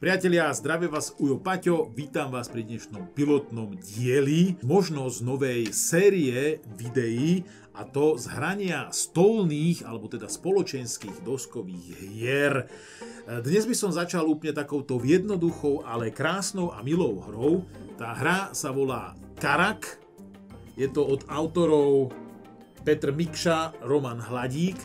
Priatelia, zdravie vás Ujo Paťo, vítam vás pri dnešnom pilotnom dieli, možno z novej série videí, a to z hrania stolných, alebo teda spoločenských doskových hier. Dnes by som začal úplne takouto jednoduchou, ale krásnou a milou hrou. Tá hra sa volá Karak, je to od autorov Petr Mikša, Roman Hladík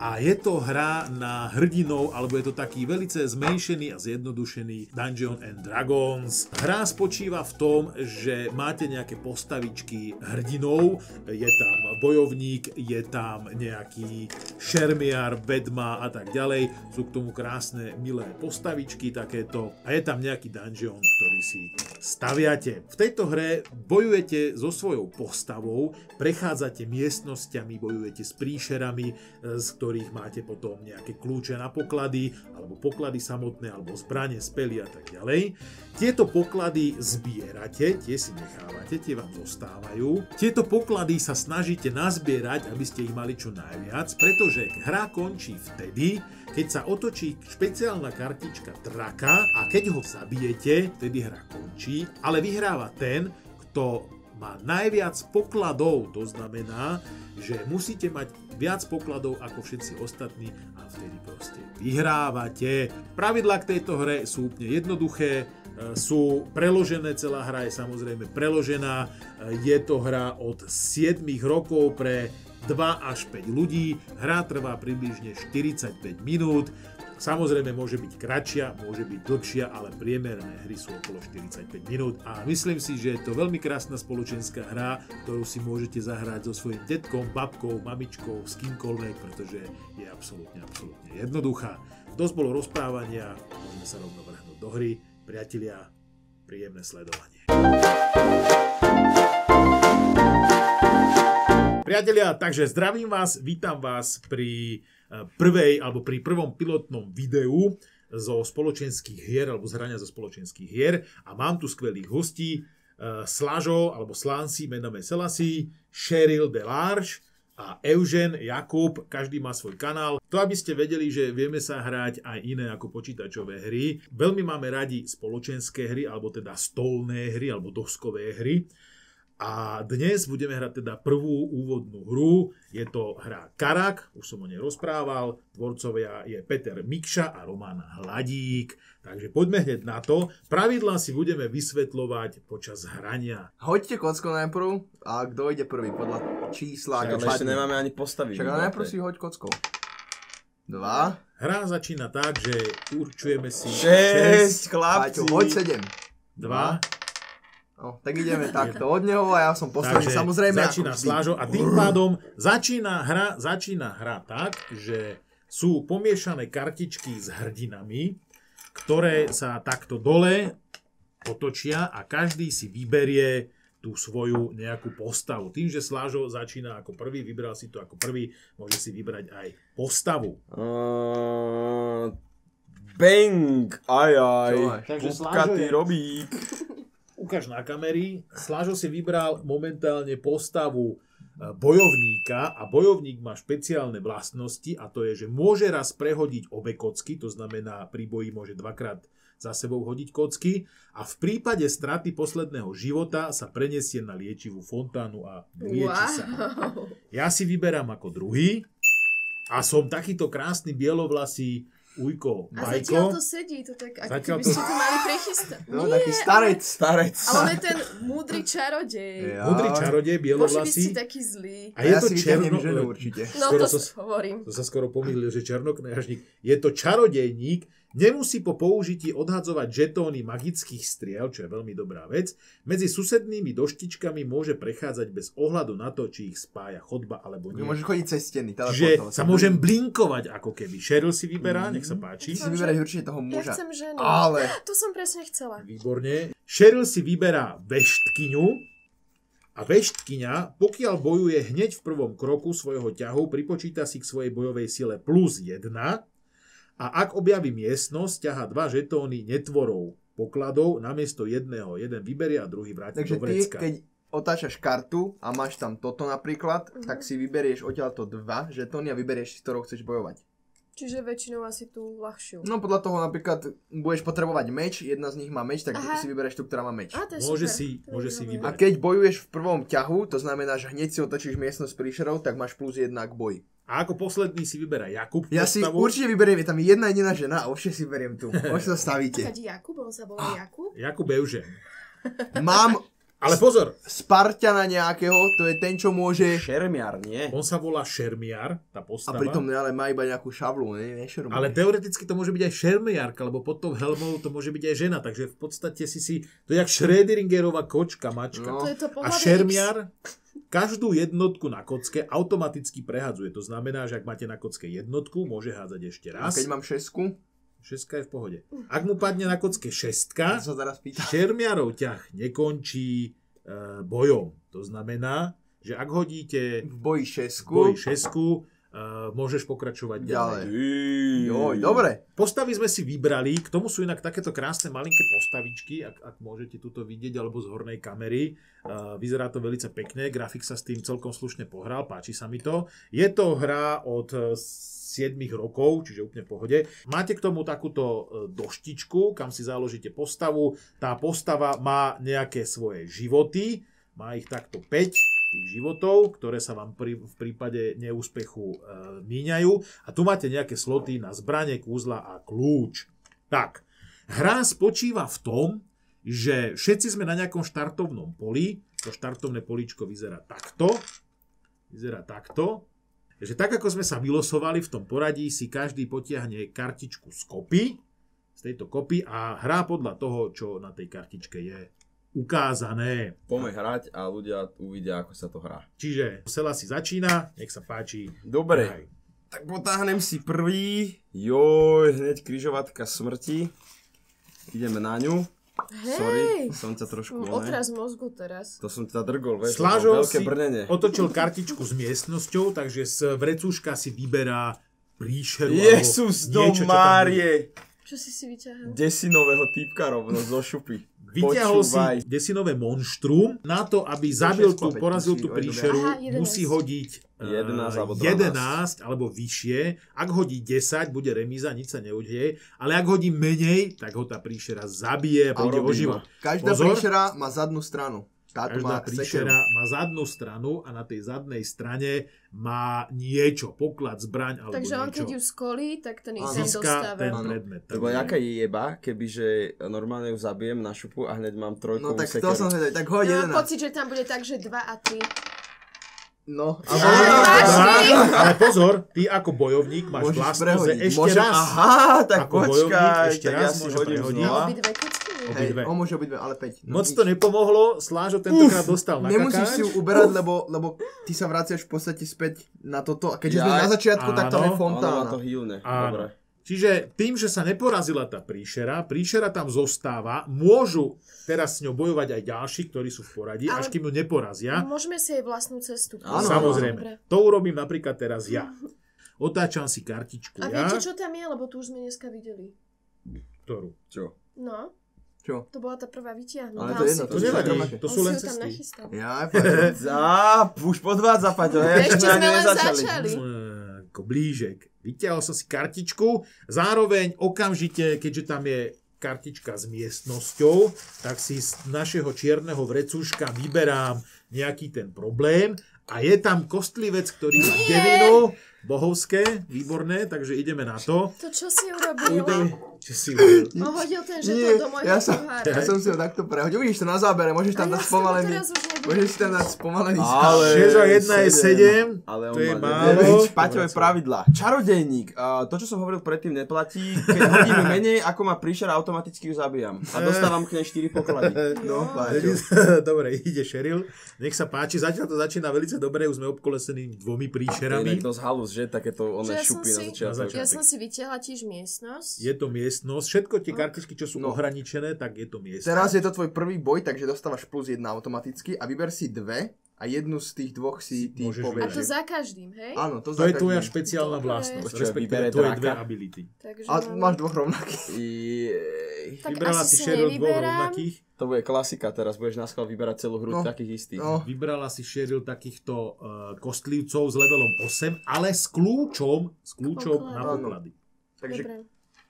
a je to hra na hrdinov, alebo je to taký velice zmenšený a zjednodušený Dungeon and Dragons. Hra spočíva v tom, že máte nejaké postavičky hrdinov, je tam bojovník, je tam nejaký šermiar, bedma a tak ďalej. Sú k tomu krásne, milé postavičky takéto a je tam nejaký dungeon, ktorý si staviate. V tejto hre bojujete so svojou postavou, prechádzate miestnosťami, bojujete s príšerami, e, z ktorých ktorých máte potom nejaké kľúče na poklady, alebo poklady samotné, alebo zbranie, spely a tak ďalej. Tieto poklady zbierate, tie si nechávate, tie vám zostávajú. Tieto poklady sa snažíte nazbierať, aby ste ich mali čo najviac, pretože hra končí vtedy, keď sa otočí špeciálna kartička traka a keď ho zabijete, vtedy hra končí, ale vyhráva ten, kto má najviac pokladov. To znamená, že musíte mať viac pokladov ako všetci ostatní a vtedy proste vyhrávate. Pravidlá k tejto hre sú úplne jednoduché, E, sú preložené, celá hra je samozrejme preložená. E, Je to hra od 7 rokov pre 2 až 5 ľudí. Hra trvá približne 45 minút. Samozrejme môže byť kratšia, môže byť dlhšia, ale priemerné hry sú okolo 45 minút a myslím si, že je to veľmi krásna spoločenská hra, ktorú si môžete zahrať so svojím detkom, babkou, mamičkou, s kýmkoľvek, pretože je absolútne, absolútne jednoduchá. Dosť bolo rozprávania, môžeme sa rovno vrhnúť do hry. Priatelia, príjemné sledovanie. Priatelia, takže zdravím vás, vítam vás pri e, prvej alebo pri prvom pilotnom videu zo spoločenských hier alebo z hrania zo spoločenských hier a mám tu skvelých hostí e, Slažo alebo Slansi, menome Selasi, Cheryl Delarge a Eugen Jakub, každý má svoj kanál. To, aby ste vedeli, že vieme sa hrať aj iné ako počítačové hry. Veľmi máme radi spoločenské hry, alebo teda stolné hry, alebo doskové hry. A dnes budeme hrať teda prvú úvodnú hru. Je to hra Karak, už som o nej rozprával. Tvorcovia je Peter Mikša a Roman Hladík. Takže poďme hneď na to. Pravidlá si budeme vysvetľovať počas hrania. Hoďte kocko najprv a kto ide prvý podľa čísla. ako Však, ale ešte padne. nemáme ani postavy. no, Však ale najprv si hoď kockou. Dva. Hra začína tak, že určujeme si 6, 6 Paťo, chlapci. hoď sedem. 2, No, tak ideme takto od neho a ja som posledný. takže Samozrejme, začína ako vždy. slážo a tým pádom začína hra, začína hra tak, že sú pomiešané kartičky s hrdinami, ktoré sa takto dole otočia a každý si vyberie tú svoju nejakú postavu. Tým, že Slážo začína ako prvý, vybral si to ako prvý, môže si vybrať aj postavu. Eh, bang, aj aj. Čo máš? Takže Pupkatý slážo je- robík. ukáž na kamery. Slážo si vybral momentálne postavu e, bojovníka a bojovník má špeciálne vlastnosti a to je, že môže raz prehodiť obe kocky, to znamená pri boji môže dvakrát za sebou hodiť kocky a v prípade straty posledného života sa prenesie na liečivú fontánu a lieči sa. Wow. Ja si vyberám ako druhý a som takýto krásny bielovlasý Ujko A zatiaľ Bajko. to sedí, to tak, ako Zatiaľ keby to- ste to mali prechystať. No, Nie, taký starec. Starec. ale on je ten múdry čarodej. Ja. Mudrý čarodej, Bože, vy ste bielovlasý. taký zlý. A A je ja to si vyťahnem černo... ženu určite. No Skoro to som- s- hovorím. To sa skoro pomýlil, že čarnoknážnik je to čarodejník, nemusí po použití odhadzovať žetóny magických striel, čo je veľmi dobrá vec. Medzi susednými doštičkami môže prechádzať bez ohľadu na to, či ich spája chodba alebo nie. No Môžeš chodiť cez Že steny. teleportovať. sa môžem blinkovať ako keby. Cheryl si vyberá, nech sa Ty páči. si vyberať určite toho Ja muža. chcem ženu. Ale. To som presne chcela. Výborne. Cheryl si vyberá veštkyňu a veštkyňa, pokiaľ bojuje hneď v prvom kroku svojho ťahu, pripočíta si k svojej bojovej sile plus 1 a ak objaví miestnosť, ťaha dva žetóny netvorov pokladov, namiesto jedného jeden vyberie a druhý vráti do Takže ty, vrecka. keď otáčaš kartu a máš Mhm. tam toto napríklad, tak si vyberieš odtiaľto dva žetóny a vyberieš si, s ktorou chceš bojovať. Čiže väčšinou asi tú ľahšiu. No podľa toho napríklad budeš potrebovať meč, jedna z nich má meč, tak Aha. si vybereš tú, ktorá má meč. A to je Môže super. si- To je môže si dobré. vybrať. A keď bojuješ v prvom ťahu, to znamená, že hneď si otočíš miestnosť príšerov, tak máš plus jedna k boji. A ako posledný si vyberá Jakub Ja si postavu. určite vyberiem, je tam jedna jediná žena a určite si vyberiem tu. Už sa stavíte. Sadí Jakub, on sa volá Jakub. Jakub Eužen. Mám Ale pozor, Spartana nejakého, to je ten, čo môže... Šermiar, nie? on sa volá Šermiar, tá A postava. pritom ne, ale má iba nejakú šavlu, ne, ne šermu. Ale teoreticky to môže byť aj šermiarka, lebo pod tou helmou to môže byť aj žena, takže v podstate si si, to je jak Schrödingerova kočka, mačka. No. To je A to pohľadie šermiar každú jednotku na kocke automaticky prehadzuje. To znamená, že ak máte na kocke jednotku, môže hádzať ešte A raz. keď mám šesku, Šestka je v pohode. Ak mu padne na kocke šestka, to sa teraz pýta. šermiarov ťah nekončí e, bojom. To znamená, že ak hodíte V boji šesku. boj šesku, e, môžeš pokračovať ďalej. Ďalej. Joj, Joj, dobre. Postavy sme si vybrali, k tomu sú inak takéto krásne malinké postavičky, ak, ak môžete tuto vidieť, alebo z hornej kamery. Uh, vyzerá to veľmi pekne, grafik sa s tým celkom slušne pohral, páči sa mi to. Je to hra od 7 rokov, čiže úplne v pohode. Máte k tomu takúto e, doštičku, kam si založíte postavu. Tá postava má nejaké svoje životy, má ich takto 5 tých životov, ktoré sa vám pri, v prípade neúspechu e, míňajú. A tu máte nejaké sloty na zbranie, kúzla a kľúč. Tak, hra spočíva v tom, že všetci sme na nejakom štartovnom poli. To štartovné políčko vyzerá takto. Vyzerá takto. Takže tak, ako sme sa vylosovali v tom poradí, si každý potiahne kartičku z kopy, z tejto kopy a hrá podľa toho, čo na tej kartičke je ukázané. Poďme hrať a ľudia uvidia, ako sa to hrá. Čiže Sela si začína, nech sa páči. Dobre, Hraj. tak potáhnem si prvý. Joj, hneď križovatka smrti. Ideme na ňu. Sorry, Hej! som ťa trošku... Mm, No. ne? Otraz mozgu teraz. To som ťa drgol, vieš, to Slážo bolo veľké si brnenie. otočil kartičku s miestnosťou, takže z vrecúška si vyberá príšeru. alebo no Jezus do niečo, čo tam bude. Márie! Čo si si No, vyťahal? Desinového týpka rovno zo šupy. Vyťahol si Počúvaj. desinové monštrum. Na to, aby zabil tú, chlapec, porazil musí tú aj príšeru, dobre. Aha, musí 11. hodiť eh, 11 alebo 11 alebo vyššie. Ak hodí 10, bude remíza, nič sa neudeje. Ale ak hodí menej, tak ho tá príšera zabije a príde o robí život. Každá Pozor. príšera má zadnú stranu. Táto má Každá príšera. príšera má zadnú stranu a na tej zadnej strane má niečo, poklad, zbraň alebo Takže niečo. on keď ju skolí, tak ten Áno. izen získa ten Áno. dostáva. predmet. To bola jaká jeba, kebyže normálne ju zabijem na šupu a hneď mám trojkovú No tak to sekeru. som hľadal, tak hoď Ja jeden. mám pocit, že tam bude tak, že 2 a 3. No, a Ale- bol- Ale- Ale pozor, ty ako bojovník máš Môžeš vlastnosť, že prehodiť. ešte Môžem- raz. Aha, tak Ako počkaj, bojovník ešte tak raz ja si môže hodím prehodiť. znova. Obidve kocky? Obi- Hej, obidve. on môže obidve, ale 5. Moc to nepomohlo, Slážo tentokrát dostal na Nemusíš si kakáč. ju uberať, lebo, lebo ty sa vraciaš v podstate späť na toto. A keďže sme Jaj, na začiatku, tak áno, tam je Ona ma to fontána. hýlne, Áno. dobre. Čiže tým, že sa neporazila tá príšera, príšera tam zostáva, môžu teraz s ňou bojovať aj ďalší, ktorí sú v poradí, Ale- až kým ju neporazia. No, Môžeme si jej vlastnú cestu. Áno, písať. Samozrejme. Dobre. To urobím napríklad teraz ja. Otáčam si kartičku ja, A viete, čo tam je? Lebo tu už sme dneska videli. ktorú. Čo? No, Čo? to bola tá prvá vytiahnutá. Ale On to je si jedno, To To nevadí, znamená, že- to on sú si len ju tam cesty. nachystal. Ja, Á, už podvádza, Paťo, hej, Ešte ani sme len nezačali. začali. Mm, Ako blížek. Vyťahol som si kartičku, zároveň okamžite, keďže tam je kartička s miestnosťou, tak si z našeho čierneho vrecúška vyberám nejaký ten problém a je tam kostlivec, ktorý má devinu, bohovské, výborné, takže ideme na to. To čo si urobila? Ujdej, čo si... On hodil ten Nie, žeton do môjho ja som, pohára. ja som si ho takto prehodil. Vidíš to na zábere, môžeš tam A ja dať som spomalený. teraz už nebudem. Môžeš si tam dať spomalený Ale 6 a 1 je sedem. 7, Ale on to je má málo. deväť. Dobre, Paťo je som. pravidla. Čarodejník. A to, čo som hovoril predtým, neplatí. Keď hodím menej, ako ma príšera, automaticky ju zabijam. A dostávam k nej 4 poklady. No, Paťo. Dobre, ide Sheryl. Nech sa páči, zatiaľ to začína veľmi dobre, už sme obkolesení dvomi To je inak príšerami. dosť halus, že? Takéto Že one ja som šupy na si- začiatok. Na Ja som si vytiahla tiež miestnosť. Je to miestnosť, všetko tie kartičky, čo sú No. ohraničené, tak je to miestnosť. Teraz je to tvoj prvý boj, takže dostávaš plus jedna automaticky a vyber si dve a jednu z tých dvoch si ty Môžeš A povieš. to za každým, hej? Áno, to, To je tvoja špe... špeciálna Dobre. vlastnosť, Počkaj, respektíve vybere tvoje draka. dve ability. Takže A máme- máš dvoch rovnakých. Jej. Tak Vybrala asi si si Sheryl dvoch nevyberám. rovnakých, To bude klasika, teraz budeš na schvál vyberať celú No. hru takých istých. No, vybrala si eh, Sheryl takýchto uh, kostlivcov s levelom 8, ale s kľúčom, s kľúčom Poklad. na Áno. poklady. Takže Dobre.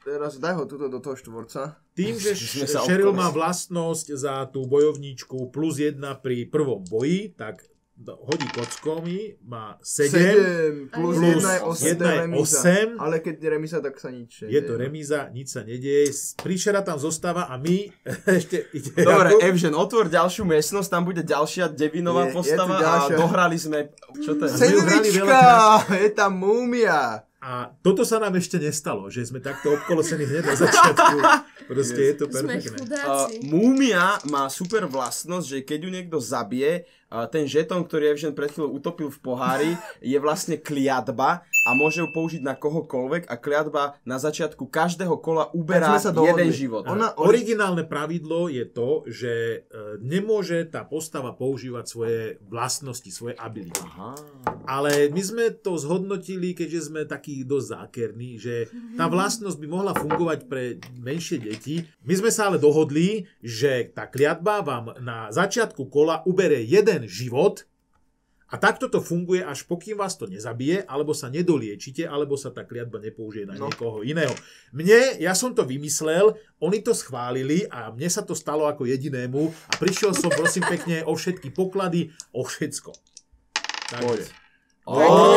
teraz daj ho tuto do toho štvorca. Tým, že Že sme sa Cheryl má obkolesili. vlastnosť za tú bojovníčku plus 1 pri prvom boji, tak do- hodí kockami, má 7, plus Plus 1 je 8. jedna je osem. Ale keď je remisa, tak sa nič. je to nedeje. remíza, nič sa nedieje, príšera tam zostáva a my ešte ide Dobre, ako- Evžen, otvor ďalšiu miestnosť, tam bude ďalšia Je- devinová je tu postava ďalšia. a dohrali sme... Čo to je? Cedrička! Je tam múmia! A toto sa nám ešte nestalo, že sme takto obkolesení hneď na začiatku. Proste je to Sme perfektné. Uh, chudáci. múmia má super vlastnosť, že keď ju niekto zabije, uh, ten žetón, ktorý Evžen pred chvíľou utopil v pohári, je vlastne kliatba a môže ju použiť na kohokoľvek a kliatba na začiatku každého kola uberá Tak sme sa dohodli. jeden život. Ona- Ona, Originálne pravidlo je to, že e, nemôže tá postava používať svoje vlastnosti, svoje ability. Aha. Ale my sme to zhodnotili, keďže sme takí dosť zákerní, že tá vlastnosť by mohla fungovať pre menšie deti. My sme sa ale dohodli, že tá kliatba vám na začiatku kola ubere jeden život a takto to funguje, až pokým vás to nezabije, alebo sa nedoliečite, alebo sa tá kliatba nepoužije na No. niekoho iného. Mne, ja som to vymyslel, oni to schválili a mne sa to stalo ako jedinému a prišiel som, prosím pekne, o všetky poklady, o všetko. Poď. Takže.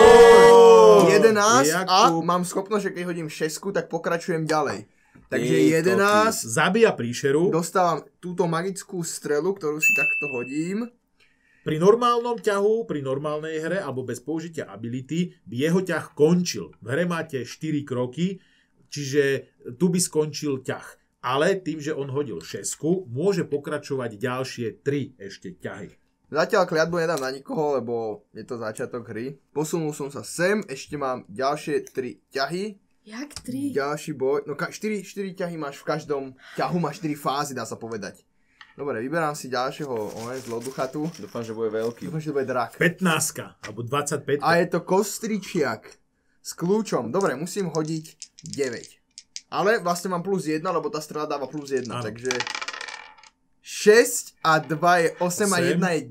Ó, 11 a Jakub. mám schopnosť, že keď hodím 6, tak pokračujem ďalej. Takže Je to 11, Zabíja príšeru. dostávam túto magickú strelu, ktorú si takto hodím. Pri normálnom ťahu, pri normálnej hre alebo bez použitia ability by jeho ťah končil. V hre máte 4 kroky, čiže tu by skončil ťah. Ale tým, že on hodil 6, môže pokračovať ďalšie 3 ešte ťahy. Zatiaľ kliatbu nedám na nikoho, lebo je to začiatok hry. Posunul som sa sem, ešte mám ďalšie 3 ťahy. Jak tri? Ďalší boj. No 4, 4 ťahy máš v každom ťahu, máš 4 fázy, dá sa povedať. Dobre, vyberám si ďalšieho one, zloducha tu. Dúfam, že bude veľký. Dúfam, že to bude drak. 15 alebo 25. A je to kostričiak s kľúčom. Dobre, musím hodiť 9. Ale vlastne mám plus 1, lebo tá strela dáva plus 1, Áno. takže... 6 a 2 je 8, a Osem, 1 je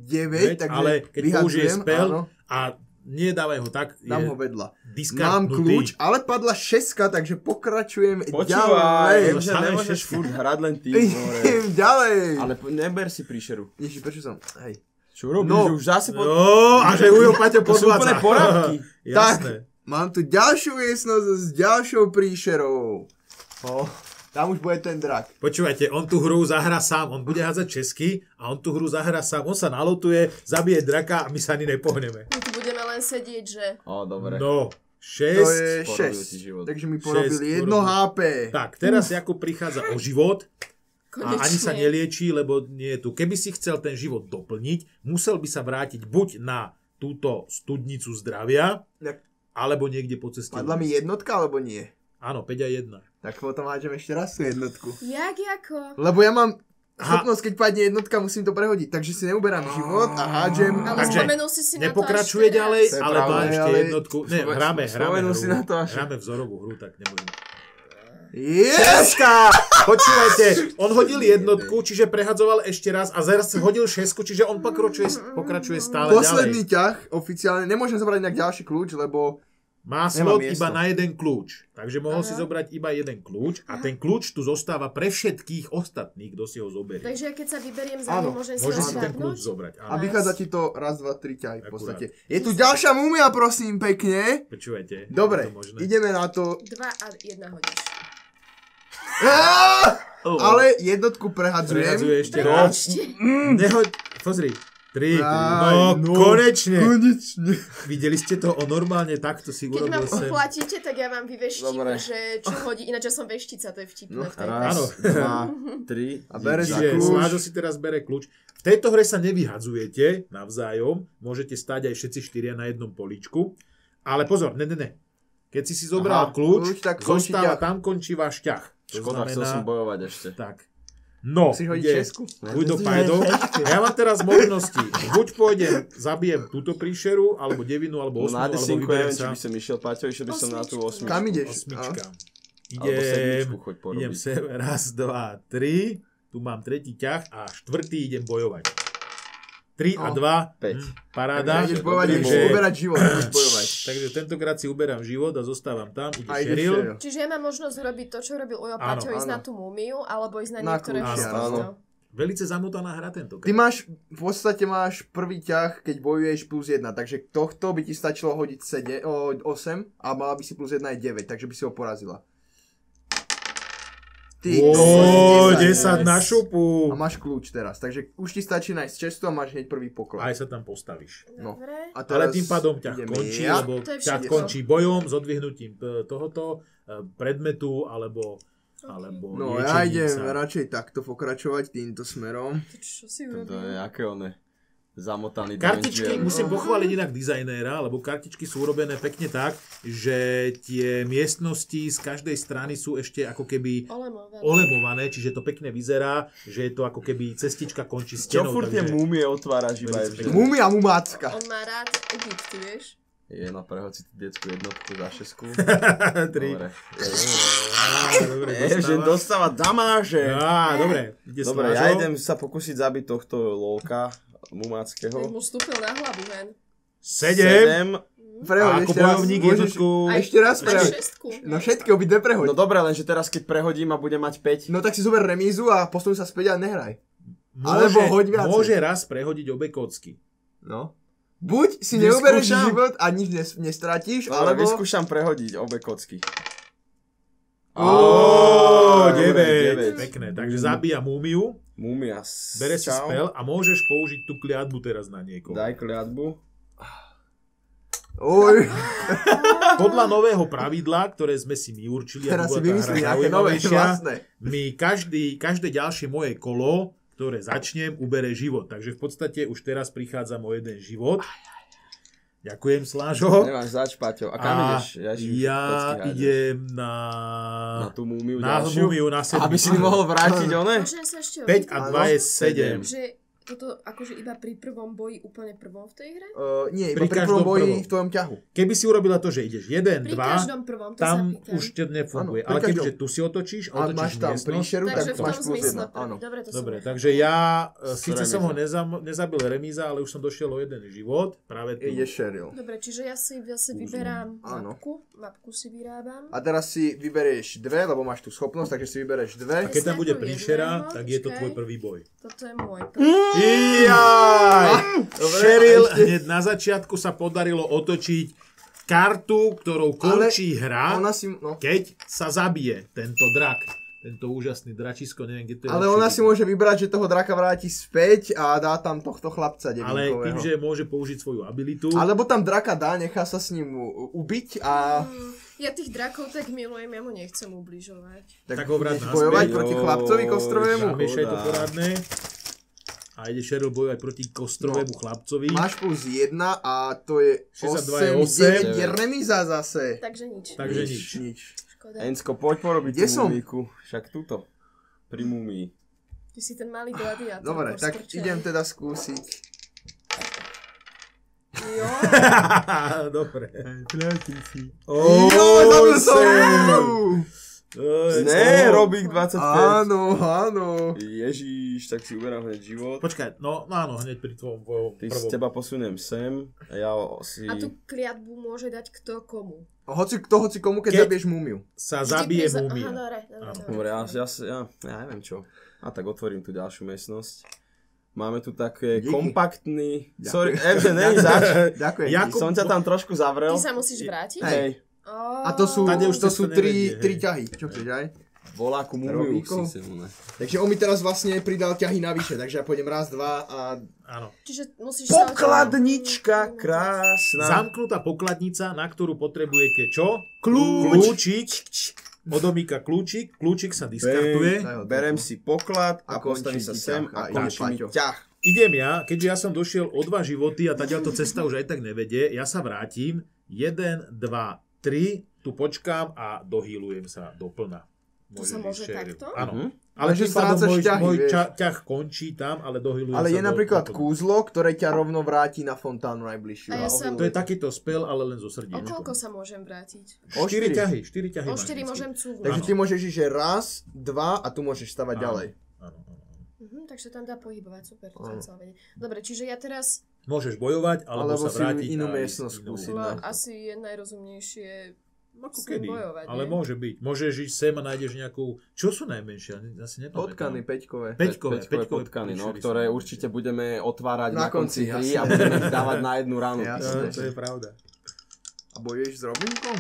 9, takže ale keď použije vyhadzujem, spel áno, a nedávaj ho tak, je dám ho vedľa. Mám kľúč, diskartnutý. ale padla 6, takže pokračujem Počúvaj, ďalej. už Evžen, Stále nemôžeš šestka. furt hrať len ty. vole. Idem ďalej. Ale... Ale po- neber si príšeru. Ježiš, prečo som... Hej. Čo robíš? No. Už zase pod... Jo, No, a že Ujo Paťo To sú úplne podvádza. porábky. Jasné. Mám tu ďalšiu miestnosť s ďalšou príšerou. Oh, tam už bude ten drak. Počúvajte, on tú hru zahra sám, on bude hádzať česky a on tú hru zahra sám, on sa nalotuje, zabije draka a my sa ani nepohneme. My tu budeme len sedieť, že... Ó, dobre. No, To 6. je Porobil si 6. život. Takže mi Šesť, porobil 1 HP. Tak, teraz Jakub prichádza o život a Konečne. ani sa nelieči, lebo nie je tu. Keby si chcel ten život doplniť, musel by sa vrátiť buď na túto studnicu zdravia, Tak. alebo niekde po ceste. Padla mi ulic. jednotka alebo nie? Áno, 5 a 1. Tak potom hádžem ešte raz tú jednotku. Jak ako? Lebo ja mám Aha. schopnosť, keď padne jednotka, musím to prehodiť. Takže si neuberám život a hádžem. Ale Takže spomenul si si na to až Nepokračuje teraz. ďalej, To je ale pravda, má ešte ale- jednotku. Ne, Spomen- hráme, hráme, spomenul hru, si na to až- hráme vzorovú hru, tak nebudem. Yes! Šeska! Počúvajte, on hodil jednotku, čiže prehadzoval ešte raz a Zers hodil šesku, čiže on pokračuje, pokračuje stále Posledný ďalej. ťah oficiálne. Nemôžem zobrať inak ďalší kľúč, lebo Má slot miesto. iba na jeden kľúč, takže mohol Aha. si zobrať iba jeden kľúč a ten kľúč tu zostáva pre všetkých ostatných, kto si ho zoberie. Takže ja keď sa vyberiem za Áno, ním, môžem si Môže ho si ten šľapnúť? kľúč zobrať. a Áno. Aby- vychádza ti to raz, dva, tri ťahy v Akurát. podstate. Je tu ďalšia múmia, prosím, pekne. Počúvajte. je Dobre, to možné? ideme na to. Dva a jedna hodíš. Á! Oh. Ale Hm. jednotku prehadzujem. Prehadzuje ešte Tak raz. ešte. Nehoď, pozri. Tri. Aj, No, no. konečne. Konečne. Videli ste to? On normálne takto si Keď urobil ma sem. platíte, tak ja vám vyveštím, Dobre. že čo hodí. Ináč ja som veštica, to je vtipné. No, v tej Raz, Áno. dva, tri. A bere si Za Čiže kľúč. Slážo si teraz bere kľúč. V tejto hre sa nevyhadzujete navzájom, môžete stať aj všetci štyria na jednom poličku, ale pozor, ne, ne, ne. Keď si si zobral Aha, kľúč, kľúč, tak končí zostáva, ťah. tam končí váš ťah. To Škoda, chcel som bojovať ešte. tak. No, Musíš hodiť ide šesku. buď do pajdov. Ja mám teraz možnosti. Buď pôjdem, zabijem túto príšeru, alebo devinu, alebo No osmu, na alebo desinku, vyberiem ja neviem, či sa by som išiel, Paťo, išiel by som na tú Osmičku. osmičku. Kam ideš? osmička. Alebo Idem, sedmičku choď porobiť. idem sem, raz, dva, tri. Tu mám tretí ťah a štvrtý idem bojovať. 3 a No. 2. Päť. paráda. Ideš bojovať, Takže- ideš uberať život, ideš bojovať. Takže tentokrát si uberám život a zostávam tam, ide A ideš Cheryl. šeril. Čiže ja mám možnosť robiť to, čo robil Ojo Áno, Paťo, ísť áno. na tú múmiu, alebo ísť na, Na niektoré kľúč, všetko. áno. Velice zamotaná hra Ty tentokrát. máš, v podstate máš prvý ťah, keď bojuješ plus 1, takže tohto by ti stačilo hodiť 7, o, 8 a mala by si plus 1 aj 9, takže by si ho porazila. Ty, Ó, kokos, 10 10. na šupu. A máš kľúč teraz, takže už ti stačí nájsť cestu a máš hneď prvý poklad. Aj sa tam postavíš. No. Dobre. A Ale tým pádom ťa idem končí, ja. lebo To je ťa všetko. končí bojom, s odvihnutím e, tohoto e, predmetu, alebo, alebo niečím No ja idem sa. radšej takto pokračovať týmto smerom. To Čo si To urobil? je, aké one, zamotaný Kartičky, dungeon. musím pochváliť inak dizajnéra, lebo kartičky sú urobené pekne tak, že tie miestnosti z každej strany sú ešte ako keby Olemové. olemované, čiže to pekne vyzerá, že je to ako keby cestička končí Čo stenou. furt tie takže- múmie otváraš iba Veľmi je vždy. Mumia mumácka. On má rád Egypt, ty vieš? Je na prehoci detskú jednotku za šesku. Tri. Dobre. Á, Dobre, Je, že dostáva. dostáva damáže. Á, dobre, ide Dobre, Slážo. ja idem sa pokúsiť zabiť tohto lolka Veď mumáckého. mu stúpil na hlavu, hen. Sedem. Prehoď A ako ešte raz. bojovník Môžeš- jednotku. A ešte raz Na prehoď. šestku. No všetky obidve prehoď. No dobre, lenže teraz keď prehodím a budem mať 5. No tak si zober remízu a posun sa späť a nehraj. Môže, alebo hoď viacej. môže raz prehodiť obe kocky. No. Buď si Vyskúšam. neuberieš život a nič nes- nestratíš, Ale alebo... vyskúšam prehodiť obe kocky. Ó, Ó, 9. Dobre, deväť. Pekné, takže zabíja múmiu, Múmia. s- bere si čau. spel a môžeš použiť tú kliatbu teraz na niekoho. Daj kliatbu. Oj, Podľa nového pravidla, ktoré sme si my určili, aby teraz si bola tá vymyslí hra nejaké nové zaujímavejšia, vlastné. mi každý, každé ďalšie moje kolo, ktoré začnem, ubere život. Takže v podstate už teraz prichádza o jeden život. Ďakujem, Slážo. Nemáš zač, Paťo. A kam ideš? ja, si kocky hádam. idem na, Na tú múmiu na ďalšiu. múmiu na sedmičku. Aby si mi mohol vrátiť one? Môžem sa ešte 5 a opýtať, 2 je Sedem. 7. Že toto akože iba pri prvom boji, úplne prvom v tej hre? Uh, nie, Pri pri každom prvom boji prvom. v tvojom ťahu. Keby si urobila to, že ideš 1, 2, Pri každom prvom, to tam sa pýtam. už to nefunguje. Áno, pri Ale každom. keďže tu si otočíš, A otočíš máš tam miestnosť, príšeru, Takže tak v tom máš plus zmysle. 1. Áno. Dobre, to Dobre, som... takže ja, e, S síce som ho remízou. nezam, nezabil remíza, ale už som došiel o jeden život, práve tu. Ide Sheryl. Dobre, čiže ja si zase vyberám Áno. mapku. Mapku si vyrábam. A teraz si vyberieš dve, lebo máš tú schopnosť, takže si vybereš A dve. keď tam bude Presne ako príšera, jedného, tak je to počkaj. tvoj prvý boj. Toto je môj prvý. Mm. Jaj! Dobre, Cheryl a ešte- hneď na začiatku sa podarilo otočiť kartu, ktorou končí hra, Ona si, no, keď sa zabije tento drak. Tento úžasný dračisko, neviem, kde to je. ale lepšie ona si vidieť. môže vybrať, že toho draka vráti späť a dá tam tohto chlapca Ale tým, devinkového. že môže použiť svoju abilitu, Alebo tam draka dá, nechá sa s ním u- ubiť a... Mm, Ja tých drakov tak milujem, ja mu nechcem ubližovať. Tak ho vrát ideš naspäť. bojovať Joj, proti chlapcovi kostrovému. žami. zamiešaj to škoda. poradné. A ide Cheryl bojovať proti kostrovému chlapcovi. No. Máš plus 1 a to je 62 je 8, 9, osem. je remíza zase. Takže nič. Takže Nič. nič. Nič. Škoda. Ensko, poď porobiť Kde tú som? mumíku. Však túto. Pri mumii. Ty si ten malý gladiátor. Dobre, tak postrčený. idem teda skúsiť. Jo, Dobre. Jo, zabil som ju! Ne, Robík 25. Áno, áno. Ježíš, tak si uberám hneď život. Počkaj, no, no áno, hneď pri tvojom bojom Ty z teba posuniem sem a ja o- si... a tú kliatbu môže dať kto komu. Hoci kto, hoci komu, keď, Keď- zabiješ múmiu. sa Vždy zabije pri- mumia. Aha, no. dobre, dobre, Áno. dobre. Dobre, ja, ja, ja, ja neviem čo. A tak otvorím tú ďalšiu miestnosť. Máme tu také Díky. kompaktný... Ďakujem. Sorry, Evže, nej, zač. Ďakujem. Ja- Som ťa tam trošku zavrel. Ty sa musíš vrátiť? Hej. Hej, Oh. A to sú, Tade už to cesta sú nevedie, tri, hej. tri ťahy. Čo chceš aj? volá ku mumiu Robíkov? si sem, ne. Takže on mi teraz vlastne pridal ťahy navyše, takže ja pôjdem raz, dva a... Áno. Čiže musíš sa o to- Pokladnička krásna. Zamknutá pokladnica, na ktorú potrebujete čo? Kľúč. Kľúčik. Odomýka kľúčik, kľúčik sa diskartuje. Bang. Berem si poklad A a končí postavím sa ti sem ťah. a A ide končí mi Paťo. ťah. Idem ja, keďže ja som došiel o dva životy a táto cesta už aj tak nevedie, ja sa vrátim. 1, 2, 3, tu počkám a dohýlujem sa doplna. To sa môže takto? Áno. Mhm. Ale Takže tým pádom strácaš môj, ťahy, môj vieš. ča, ťah končí tam, ale dohýlujem Ale sa je do- napríklad doplna. kúzlo, ktoré ťa rovno vráti na fontánu najbližšiu. A ja sa- No, To je takýto spel, ale len zo O koľko srdiečkom. sa môžem vrátiť? 4 štyri. ťahy, 4 ťahy. O máš 4 vždycky. môžem cúvať. Takže Áno. ty môžeš ísť že raz, dva a tu môžeš stavať Áno. ďalej. Áno, áno, áno. Mhm, takže tam dá pohybovať, super, to som Áno. chcela vedieť. Dobre, čiže ja teraz, Môžeš bojovať, alebo, Alebo sa si vrátiť. inú a ísť miestnosť inou. skúsiť. no, No. asi je najrozumnejšie Ako s ním kedy, bojovať, ale nie? môže byť. Môžeš ísť sem a nájdeš nejakú... Čo sú najmenšie? Ani- Asi nepamätám. Potkany, peťkové. Peťkové, peťkové peťkové potkany, no, prúšery sú ktoré najmenšie. určite budeme otvárať na, Na konci konci, hry jasné. a budeme ich dávať na jednu No, ránu. To, Jasné. to je pravda. A bojuješ s Robinkom?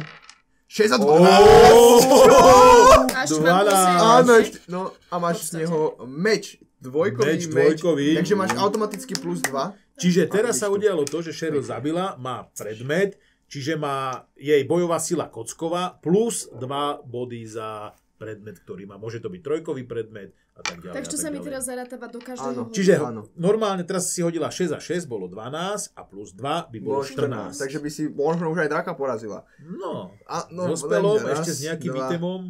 6 a No. 2. Až Dvanásť. mám musieť- Áno, Ešte- ešte, no a máš z Podstate. neho meč, dvojkový Meč, meč, dvojkový. takže máš automaticky plus 2. Čiže teraz sa udialo Angličtinu. to, že Cheryl zabila, má predmet, čiže má jej bojová sila kocková plus 2 body za predmet, ktorý má. Môže to byť trojkový predmet a tak ďalej. Tak a čo tak sa mi ďalej. teraz zarátava do každého Áno. hodu? Čiže Áno. normálne teraz si hodila 6 a 6, bolo 12 a plus 2 by bolo 14. Takže by si možno už aj draka porazila. No, A, no no, s pelom, len ešte s nejakým itemom.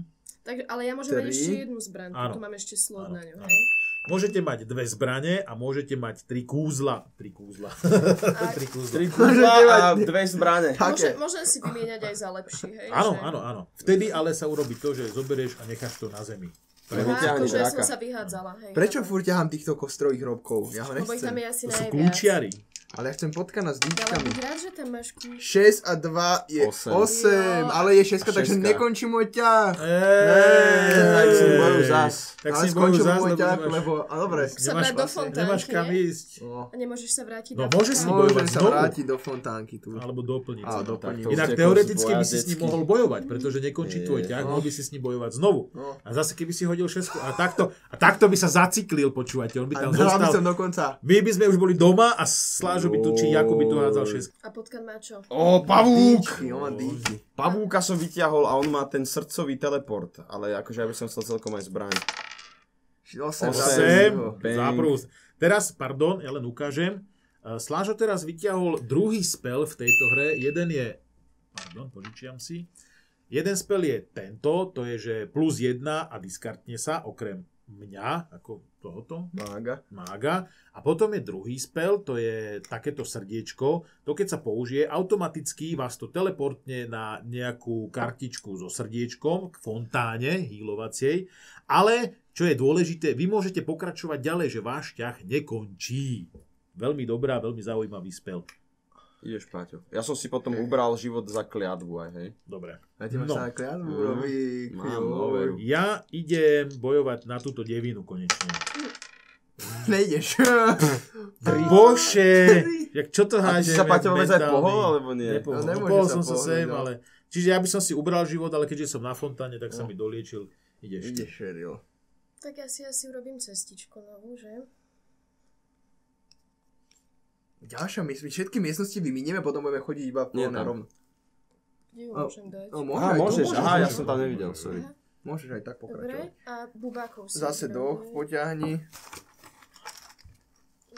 Tak, ale ja môžem mať Tri. ešte jednu zbraň, Áno. tu mám ešte slov Áno, na ňu, áno. hej? Môžete mať dve zbrane a môžete mať tri kúzla. Tri kúzla. tri kúzla. Tri kúzla a dve zbrane. Také. Môže, môžem si vymieňať aj za lepší, hej? Áno, že- áno, áno. Vtedy ale sa urobí to, že zoberieš a necháš to na zemi. Aha, Vyťahni akože ja som draka. sa vyhádzala, hej. Prečo chápem. furt ťahám týchto kostrojých robkov? Ja ho Lebo ich tam je To nechcem. asi sú najviac. kľúčiari. Ale ja chcem potkana s Ja len dýčkami. bych rád, že tam máš kľúč. 6 a 2 je Osem. 8, Jo. ale je 6, A takže šestka. nekončí môj ťah. Eee, tak si boju zas. Tak ale si boju skončil zas, no môj ťah, nemáš- lebo... A dobre. Sa brať do fontánky, vlastne- nemáš kam nie? ísť. No. A nemôžeš sa vrátiť No, na môžeš si fotku? bojovať Môžem sa znovu. vrátiť do fontánky tu. Alebo doplniť. A sa. do- doplním. Takto Inak utekol z teoreticky boja by si s ním detský. mohol bojovať, pretože nekončí Nie. tvoj ťah, No. mohol by si s ním bojovať znovu. No. A zase keby si hodil šesku a takto, a takto by sa zaciklil, počúvate, on by A tam no, dala by zostal. som dokonca. My by sme už boli doma a Slážo by tu, či Jakub by tu hádzal šesku. A potkan má čo? Ó, pavúk! Dýčky, on má dýčky. Pavúka som vyťahol a on má ten srdcový teleport, ale akože ja by som chcel celkom aj zbraň. 8, 8, Bang. zaprús. Teraz, pardon, ja len ukážem. Eh, Slážo teraz vyťahol druhý spel v tejto hre. Jeden je, pardon, požičiam si. Jeden spel je tento, to je, že plus 1 a diskartne sa, okrem mňa, ako tohoto, Mága. mága. A potom je druhý spel, to je takéto srdiečko. To keď sa použije, automaticky vás to teleportne na nejakú kartičku so srdiečkom k fontáne hýlovacej. Ale, čo je dôležité, vy môžete pokračovať ďalej, že váš ťah nekončí. Veľmi dobrá, veľmi zaujímavý spel. Ideš, Paťo. Ja som si potom ubral život za kliatbu aj, hej. Dobre. Ja ti máš No. no. tak kliatbu, Mhm. Robík. Mám joj. noveru. Ja idem bojovať na túto devinu konečne. Nejdeš. Bože! Jak čo to A ty hážem? si sa, jak Paťo, vôbec aj mentálny? pohol, alebo nie? Nepohol. No, No, nemôže pohol sa som sa pohnúť, sem, no. ale... Čiže ja by som si ubral život, ale keďže som na fontáne, tak sa No. mi doliečil. Ideš. Ideš, Sheryl. Tak ja si asi urobím cestičku novú, že? Ďalšia miest, všetky miestnosti vyminieme, potom budeme chodiť iba po Nie, na tam. rovno. Kde ju A- môžem dať? No môžeš, Aha, aj tu, môžeš, môžeš, aha, ja môžeš. som tam nevidel, sorry. Aha, Môžeš aj tak dobre. pokračovať. A bubákov si Zase doch, urobím. poťahni.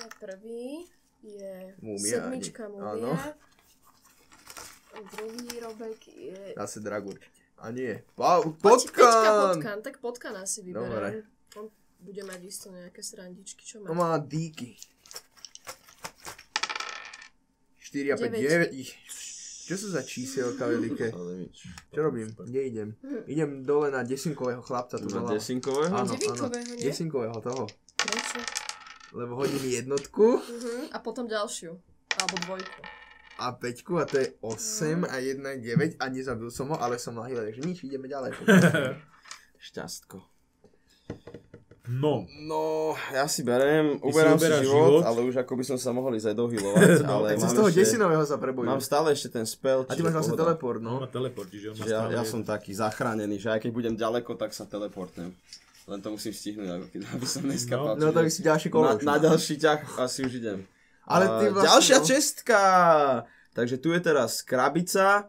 Na prvý je Múmia, sedmička ani- múmia. áno. Druhý robek je... Zase dragur. A nie. Wow, Poď, peťka, potkan! potkan. Tak potkan asi Dobre. vyberám. On bude mať isto nejaké srandičky, čo má. No má díky. 4 a 5, 9. Deväť. Čo sú za čísielka veľké? Ale nič. Čo robím? Neidem. Idem dole na desinkového chlapca tu Na na desinkového? Áno, áno. Devinkového, nie? Desinkového toho. Prečo? Lebo hodím jednotku Mhm, A potom ďalšiu. Alebo dvojku. a peťku a to je 8 a 1 je 9 a nezabil som ho, ale som nahýle, takže nič, ideme ďalej. Šťastko. No, No, ja si berem, si uberám si, uberáš život. život, ale už ako by som sa mohol ísť aj dohylovať, No, ale Tak som mám z toho ešte- desinového sa prebojil. Mám stále ešte ten spel. A ty máš vlastne teleport, on no. má teleport, čiže on má Že ja, stále... ja som taký zachránený, že aj keď budem ďaleko, tak sa teleportnem. Len to musím stihnúť, ako keď- aby som neskapal. No tak si ďalší na, kolo. na ďalší ťah asi už idem. Ale ty A vlastne... Ďalšia no. čestka! Takže tu je teraz krabica,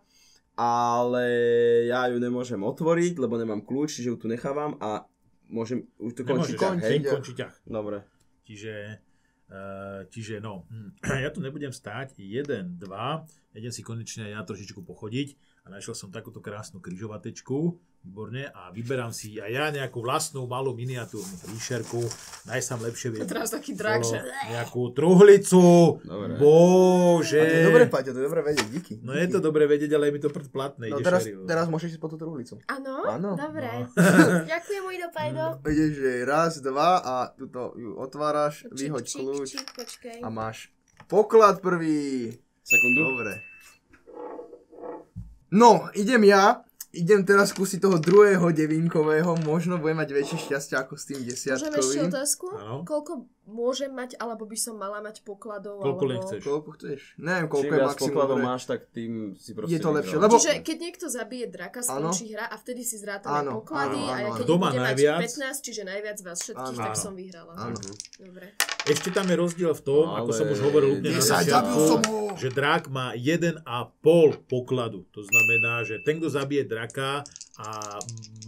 ale ja ju nemôžem otvoriť, lebo nemám kľúč, čiže ju tu nechávam a môžem... Už tu končí Nemôžeš, ťah, hej, hej? ťah. končí ťah. Dobre. Čiže, eh, čiže no, hm, ja tu nebudem stáť. 1, 2, idem si konečne ja trošičku pochodiť a našiel som takúto krásnu kryžovatečku, výborne, a vyberám si aj ja nejakú vlastnú malú miniatúrnu príšerku, najsám lepšie A viem. teraz taký drak, že... Nejakú truhlicu, Dobre. bože. A to je dobre, Paťo, to je dobre vedieť, díky. Eh, No je to dobre vedieť, ale je mi to prd platné. No ideš teraz, šeriu. teraz môžeš ísť po tú truhlicu. Áno? Áno. No. Dobre. Ďakujem, Uido Pajdo. Ideš, že raz, dva a tuto ju otváraš, vyhoď Čik, čik, kľúč čik, Počkej. a máš poklad prvý. Sekundu. Dobre. No, idem ja. Idem teraz skúsiť toho druhého devinkového, možno budem mať väčšie šťastie ako s tým Môžeme ešte desiatkovým. otázku? Áno. Koľko môžem mať, alebo by som mala mať pokladov? Koľko alebo... len chceš? Koľko chceš? Neviem, koľko Čím je viac maximum. pokladov dobre. máš, tak tým si proste... Je to lepšie, vyhral. lebo- Čiže keď niekto zabije draka, skončí hra a vtedy si zrátame Áno, poklady áno, a ja áno. keď Kto má budem najviac? mať 15, čiže najviac vás všetkých, Áno. tak Áno. som vyhrala. Áno. Dobre. Ešte tam je rozdiel v tom, ale... ako No, Ale- som už hovoril úplne na Desať, začiatku, zabil som ho! že drak má 1,5 pokladu. To znamená, že ten, kto zabije draka a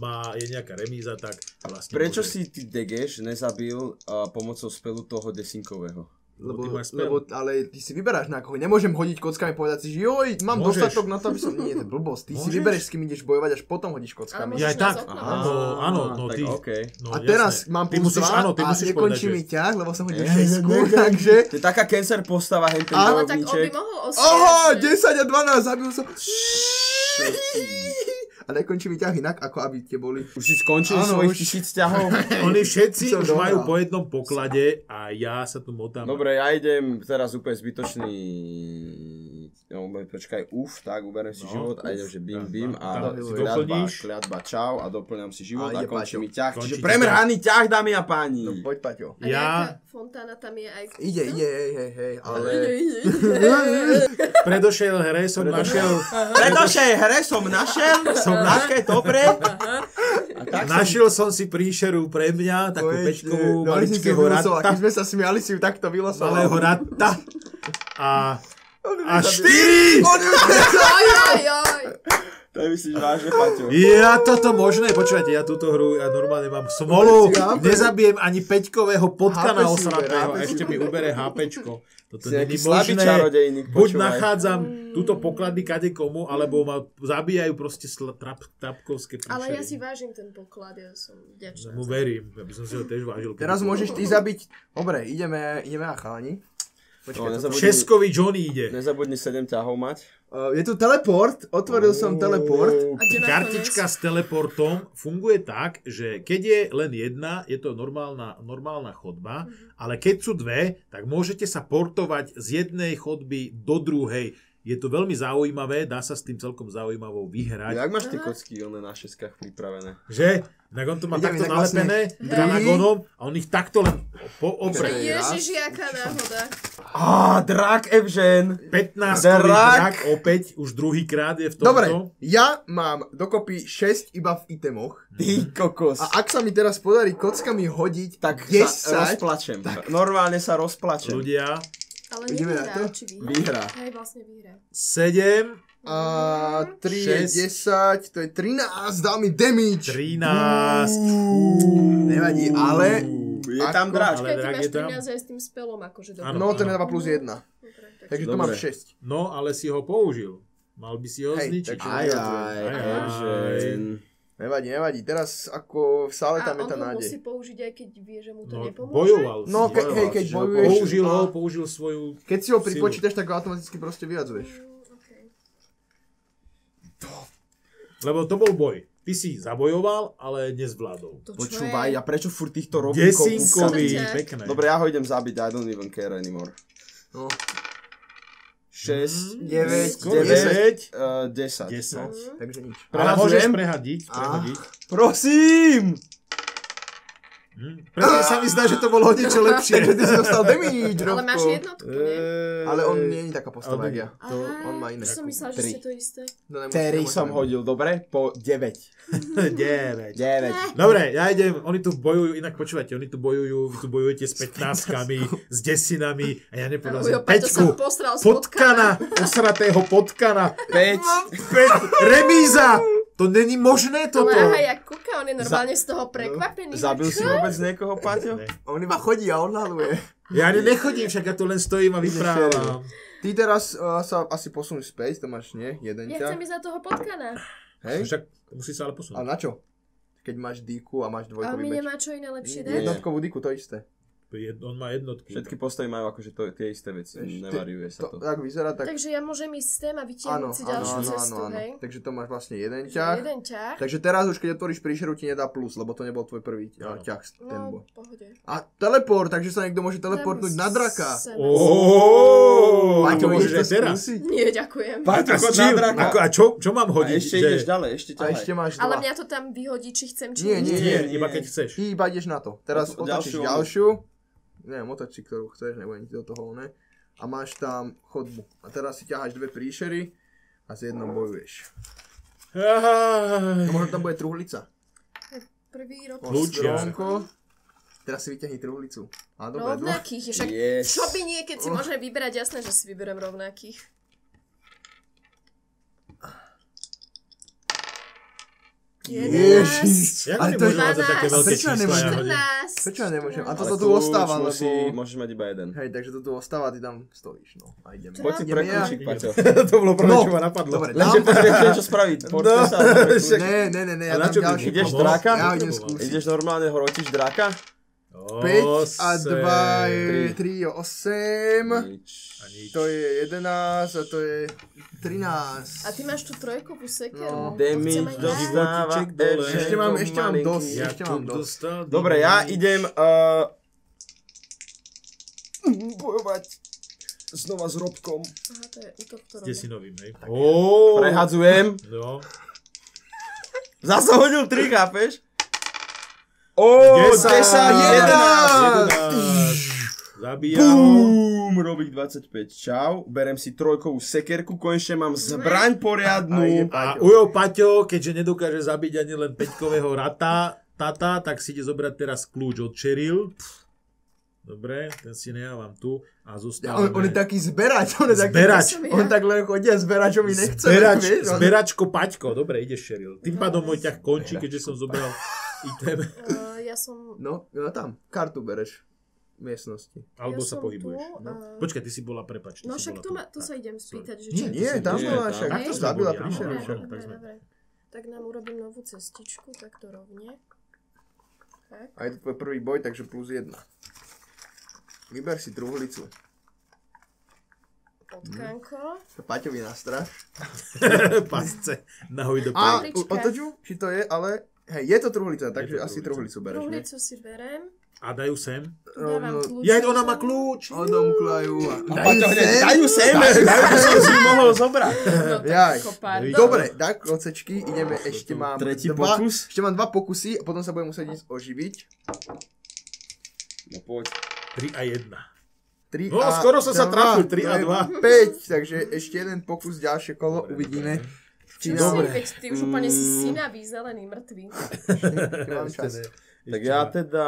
má, je nejaká remíza, tak vlastne Prečo môže- si ty Degeš nezabil uh, pomocou spelu toho desinkového? Lebo Lebo, No, ty máš spel. lebo, ale ty si vyberáš na koho. Nemôžem hodiť kockami a povedať si, že joj, mám Môžeš. dostatok na to, aby som... Nie, to je blbosť. Ty si Môžeš. vybereš, s kým ideš bojovať, až potom hodíš Ale kockami. môžeš Ja aj nás tak. oklamať. No, áno, no tak ty. okej. No, a teraz jasné. mám ty plus musíš, dva áno, ty a musíš nekončí mi povedať, že... ťah, lebo som hodil Ja, šesku, ja, ja. takže... To je taká cancer postava, hen ten Áno, Ale tak on by bojovníček. mohol ostať. Oho, že- 10 a 12, zabil som... A nekončí mi ťah inak, ako aby tie boli... Už si skončil Áno, svojich už. tisíc ťahov? Oni všetci Som už dohral. majú po jednom poklade a ja sa tu motám. Dobre, ja idem teraz úplne zbytočný... No, moment, počkaj, uf, tak uberem si No, život uf. a idem, že bim, Tak, bim tak, a tak, si kliatba, doplníš. kliatba, čau a doplňam si A život a, ide končí Paťo. mi ťah. Končí Čiže ti premrhaný ťah, dámy a Mm. páni. No, poď, Paťo. A Ja- nejaká fontána tam je aj... Ide, ide, hej, hej, hej, ale... V predošlej hre som našiel, Pretože hre som našiel, som také dobre. A tak našiel som si príšeru pre mňa, takú Konečne. pečkovú No, ale si si maličkého ju vylosoval. ratta, Keď sme sa smiali, si ju takto vylosoval. No. malého ratta. A, On ju a nezabil. štyri! On ju nezabil. Oj, oj, oj. To myslíš vážne, Paťo. Ja toto možné, počúvajte, ja túto hru, ja normálne mám smolu, Vôbec si hápe. nezabijem ani peťkového potka Hápe na si osratého ubere, a hápe si ešte mi ubere HPčko. Toto Si není nejaký slabý možné. čarodejník, Buď počúvaj. nachádzam túto pokladny kade komu, alebo ma zabíjajú proste sl- trap, trapkovské príšery. Ale ja si vážim ten poklad, ja som Ja vďačná. mu verím, ja by som si ho tiež vážil. keby Teraz to- môžeš ty zabiť... Dobre, ideme, ideme a chalani. No, Počkaj, toto- nezabudni- Českovi Johnny ide. Nezabudni 7 ťahov mať. Uh, je tu teleport, otvoril som teleport. A kde Kartička s teleportom funguje tak, že keď je len jedna, je to normálna, normálna chodba, Mhm. ale keď sú dve, tak môžete sa portovať z jednej chodby do druhej. Je to veľmi zaujímavé, dá sa s tým celkom zaujímavou vyhrať. Jak máš ty kocky, one na šeskách pripravené? Že? Tak on to má takto Ideme tak vlastne- nalepené Hej. dranagonom a on ich takto len po- opre. Ježiš, jaká náhoda. Á, drak Evžen! 15 Drak. drak opäť, už druhýkrát je v tomto. Dobre, ja mám dokopy 6 iba v itemoch. Ty kokos. A ak sa mi teraz podarí kockami hodiť, tak sa 10, rozplačem. Normálne sa rozplačem. Ľudia, Ale Ideme na to? nevyhrá, či vyhrá. Vyhrá. Hej, vlastne vyhrá. 7, a 3 je Šesť. 10, to je 13, dal mi damage. 13. Nevadí, ale- Je Ako- tam drak. Ale Počkaj, ty drak máš je tam. 13 aj s tým spelom, akože dobre. Áno. No, ten je 2 plus 1. Dobre, tak- Takže to Dobre. mám 6. No, ale si ho použil. Mal by si ho Hej, zničiť. takže- Aj, aj, Aj, aj. Evžen. Nevadí, nevadí. Teraz ako v sále tam A je on tá ho musí nádej. použiť, aj keď vie, že mu to No, nepomôže. bojoval si. No, ke- bojoval, hej, keď čiže ho bojuješ... použil ho, a- použil svoju... Keď si ho silu. pripočítaš, tak ho automaticky proste vyjadzuješ. Mm, okej. Lebo to bol boj. Ty si zabojoval, ale nezvládol. To čo Počúvaj, je? ja prečo furt týchto robinkov Desinkovi, Smrťák. pekné. Dobre, ja ho idem zabiť, I don't even care anymore. No. 6, Mhm. 9, Skoro 10. 10. 10. 10. Takže nič. Ale eh, Prehazujem? môžeš prehadiť, Á. prehodiť. Prosím! Hm. Preto sa mi zdá, že to bolo o niečo Takže lepšie. ty si dostal damage, Ale máš Robko. jednotku, E, nie? Ale on nie je taká postava, Ale- jak ja. Aha, To, on má iné. ja som myslela, že Tri. ste to isté. No, nemôžem- Terry nemôžem. som hodil, dobre? Po 9. 9. 9. Dobre, ja idem, oni tu bojujú, inak počúvajte, oni tu bojujú, vy tu bojujete s 15 s desinami a ja Ujo, neporazím Paťo sa peťku. posral z potkana. Potkana, osratého potkana. 5. Pe- remíza! To není možné toto. Ale aha, jak kúka, on je normálne z toho prekvapený. Zabil si Čo? vôbec niekoho, Paťo? Ne. On iba chodí a odhaluje. Ja ani nechodím, však ja tu len stojím a vyprávam. Ty teraz uh, sa asi posun späť, to máš nie, jeden Ja ťa. chcem ísť na toho potkana. Hej? Však musí sa ale A posunúť. na čo? Keď máš dýku a máš A dvojkový mi meč. nemá čo iné lepšie dať. Jednotkovú dýku, to isté. Jed- On má jednotku. Všetky postavy majú akože to, tie isté veci, Vieš, ty- nevariuje sa To, to. tak vyzerá tak... Takže ja môžem ísť sem a vytiahnuť si ďalšiu cestu, hej? Takže to máš vlastne jeden Že ťah. Jeden ťah. Takže teraz už keď otvoríš príšeru ti nedá plus, lebo to nebol tvoj prvý Áno. ťah, ťah s- ten bol. No, v pohode. A teleport, takže sa niekto môže teleportnúť na draka. Sem. Ó, Paťo, to môžeš ideš to aj teraz. skúsiť? Nie, ďakujem. Paťo, Ako, chod čím? na draka. Ako, a čo, čo mám A hodiť? ešte že- ideš ďalej, ešte A ťahaj. ešte máš Ale dva. mňa to tam vyhodí, či chcem, či Nie, nie. Nie, iba keď chceš. Ty iba ideš na to. Teraz Oto- otočíš ďalšiu onu. ďalšiu. Neviem, otoč si, ktorú chceš, nebudem ti do toho, ne? A máš tam chodbu. A teraz si ťaháš dve príšery a s jednou bojuješ. No možno tam bude truhlica. Prvý rok. O, Kľúčiar. stromko. Teraz si vyťahni truhlicu. A dobre, no, Rovnakých je však... Yes. Čo by nie, keď Oh. si môžeme vyberať, jasné, že si vyberem rovnakých. Ježiš. Ja ale Ale to to je- nemôžem mať také dvanáct, veľké prečo čísla. ja Ja nemôžem- hodím. 14. Prečo ja nemôžem? A Ale toto Ale tu kľúč ostáva, musí, lebo... Môžeš mať iba jeden. Hej, takže to tu ostáva, ty tam stojíš, no. A ideme. Poď si Idem pre ja. kľúčik, Paťo. No, to bolo prvé, No, čo ma napadlo. dobre, dám- Lenže počkaj, chcem čo spraviť. Počkaj sa. dobre, kľúč. však- Ne, ne, ne, ne, A ja na dám čo by ďalšiu. mi Ideš pomohol? dráka? Ja idem skúsiť. Ideš normálne, ho rotíš draka? 5 a Osem. 2 je 3 je 8. Nič. A nič. To je 11 a to je 13. A ty máš tu trojkovú sekeru. No. Damage Chcem aj ja. dostáva Životíček dole. Evžen, Ešte mám- to ešte mám malinký. dosť. Ja Ešte tu mám dosť. dostal- Dobre, ja idem uh, bojovať znova s Robkom. Aha, to je útok, ktorý... Ste si novým, hej? Ó, Prehadzujem. No, Zase hodil 3, chápeš? Ó, 10, 10, Ah! 11. 11. Zabíja ho. Bum, robík 25, čau. Berem si trojkovú sekerku, konečne mám zbraň poriadnu. A Ujo Paťo, keďže nedokáže zabiť ani len peťkového rata, tata, tak si ide zobrať teraz kľúč od Cheryl. Dobre, ten si nechávam tu a Ja, on, zostávame. on je taký zberač, on je No, taký... Zberač. On tak len chodí a zberač, čo mi nechce. Zberač, vieš, on- zberačko Paťko, dobre, ideš Cheryl. Tým pádom môj ťah končí, keďže som zobral item. Uh, ja som... No, no tam, kartu bereš. V miestnosti. Alebo ja sa som pohybuješ. Tu, no. a- Počkaj, ty si bola, prepač. ty No si však bola tu, ma, tu sa idem spýtať, že Nie, čo... nie, Nie, tam Nie, bola tam. však, Hej, to tam zabila boli, áno, príšeru. áno, však, Dobre, však. áno. tak dobre, sme- dobre. Tak nám urobím novú cestičku, takto rovne. Tak. A je to tvoj prvý boj, takže plus jedna. Vyber si truhlicu. Potkánko. Mm. To Paťovi na straž. Pasce. Nahoj do A, prdele. Truhlička. u- otoču? Či to je, ale... Hej, je to truhlica, takže to asi truhlica. truhlicu bereš, nie? Truhlicu si berem. A dajú sem. Dávam Rovno- kľúč. Ja, Um, ona má kľúč. Odomklajú a... A Paťo hneď, sem. daj ju sem, daj ju sem, si ju mohol zobrať. No Jaj. tak ako pardon. Dobre, tak kocečky, ideme, ešte tu mám tretí dva, pokus? ešte mám dva pokusy a potom sa budem musieť ísť oživiť. No poď. 3 a 1. 3 No, skoro som sa trafil, tri a dva. 5, takže ešte jeden pokus, ďalšie kolo, Dobre, uvidíme. Či Čo si, nám- Dobre. Mm. veď ty už úplne si sinavý, zelený, mrtvý. či mám čas. Tak ja teda...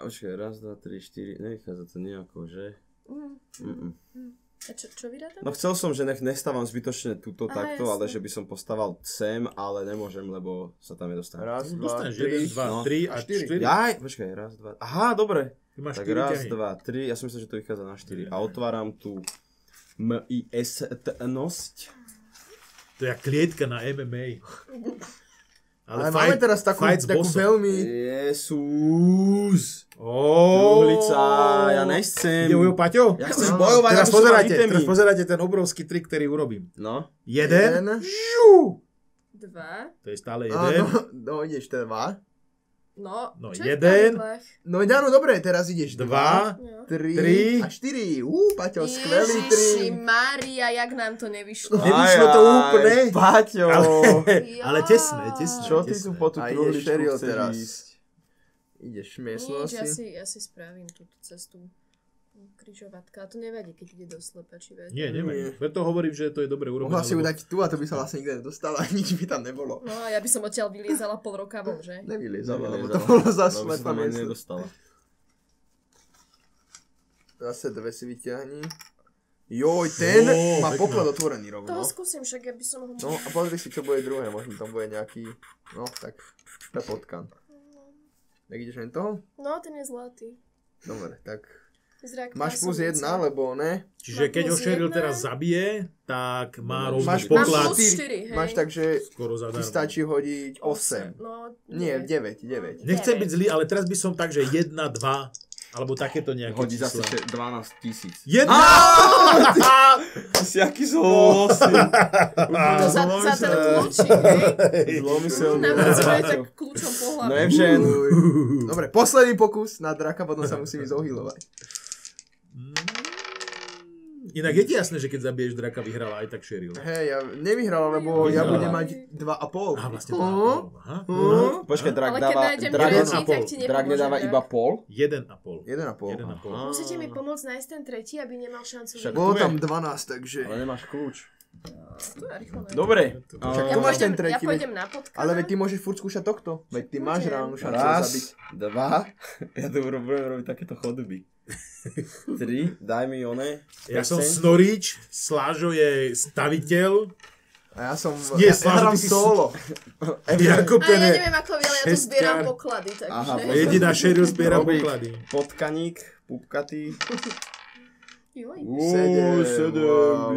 Počkaj, raz, dva, tri, štyri, nevychádza to nejako, že? Mm. Mm-mm. A čo, čo vyrátam? No chcel som, že nech nestávam zbytočne túto Aha, takto, jasne. ale že by som postával sem, ale nemôžem, lebo sa tam nedostane. Raz, dva, Dostaneš 1, tri. 2, no. 3 a A štyri. 4. Jaj, počkaj, raz, dva, aha, dobre. Ty máš Tak 4 raz, ťahy. dva, tri, ja som myslel, že to vychádza na štyri. A otváram tu MIST-nosť. To je jak klietka na MMA. Ale máme teraz takú, fight s takú bossom. veľmi... Jesus. Ó, Truhlica, ja nechcem. Ide Ujo Paťo? Ja chcem No, bojovať, Teraz aby som mal pozerajte, itemy. teraz pozerajte ten obrovský trik, ktorý urobím. No, Jeden. Dva. To je stále Áno, jeden. no ideš teda dva. No, No, čo je v jeden. pravidlách? No áno, dobre, teraz ideš Dva. dva, No. tri, Tri. a štyri. Ú, Paťo, skvelý tri. Ježiši Mária, jak nám to nevyšlo. Ne- Nevyšlo to úplne. Paťo. Ale tesné, tesné. Čo ty tu po tú A ideš truhličku Cheryl chceš teraz. ísť? Ideš v Nič, ja miestnosti. si, ja si spravím túto cestu. Križovatka, a to nevadí, keď ide do slepači, veď. Nie, neviem. Preto hovorím, že to je dobre urobené. Mohla si ju lebo- dať tu a to by sa vlastne nikde nedostala a nič by tam nebolo. No, ja by som odtiaľ vyliezala pol roka von, že? No. Nevyliezala, lebo Nevyliezala. to bolo Lebo zase by sa tam slepá ani miestnosť. nedostala. Zase dve si vyťahni. Joj, ten Ó, má pekná. poklad otvorený rovno. Toho skúsim, však ja by som ho... No a pozri si, čo bude druhé, možno tam bude nejaký, no tak, tá potkan. Tak ideš len toho? No, ten je zlatý. Dobre, tak Vyzerá ako máš plus pásovnica. jedna, lebo ne? Čiže Má keď ho plus Cheryl jedna. teraz zabije, tak má rovný Máš poklad plus- štyri, hej. Máš tak, že skoro ti zadarmo. stačí hodiť 8. No, Nie, 9, 9. Nechcem Neviem. byť zlý, ale teraz by som tak, že 1, 2, alebo takéto nejaké Hodí zase čísla. 12 tisíc. Jedna! Ty si aký zlosy. To za, za ten kľúčik, hej? Zlomí sa. Na vás tak kľúčom po hlave. No Evžen, Dobre, posledný pokus na draka, potom sa musím ísť ohilovať. Inak je ti jasné, že keď zabiješ draka, vyhrala aj tak Cheryl. Hej, ja nevyhral, lebo ja Vyhrala. budem mať 2,5. Aha, vlastne Ó, tá. Aha. počkaj, drak Ale keď dáva, nájdem drak, jeden a tretí, tak pol. ti nepomôže. drak nedáva tak. iba pol. Jeden a pol. Jeden a pol. Jeden a pol. Musíte mi pomôcť nájsť ten tretí, aby nemal šancu. Však- vyhrať. Bolo tam 12, takže... Ale nemáš kľúč. To je rýchlo, ne? Dobre. Však Ja No, tu máš ten pôjdem, tretí, ja pôjdem na potkana. Ale veď ty môžeš furt skúšať tohto. Veď ty máš Môžem. reálnu šancu ho zabiť. Raz, dva, ja tu budem robiť takéto chodby. Tri, daj mi one. Ja som percent. Snorič, Slážo je staviteľ, A ja som... v- Nie, ja, ja Slavo, hrám ty si- solo. Jakob A ja ten je neviem ako vy, ale ja tu zbieram šesťkár. poklady, Aha, takže... pozri. jediná Cheryl zbiera Robík. poklady. Potkaník, pupkatý. Joj. Sedem, Uuu, wow.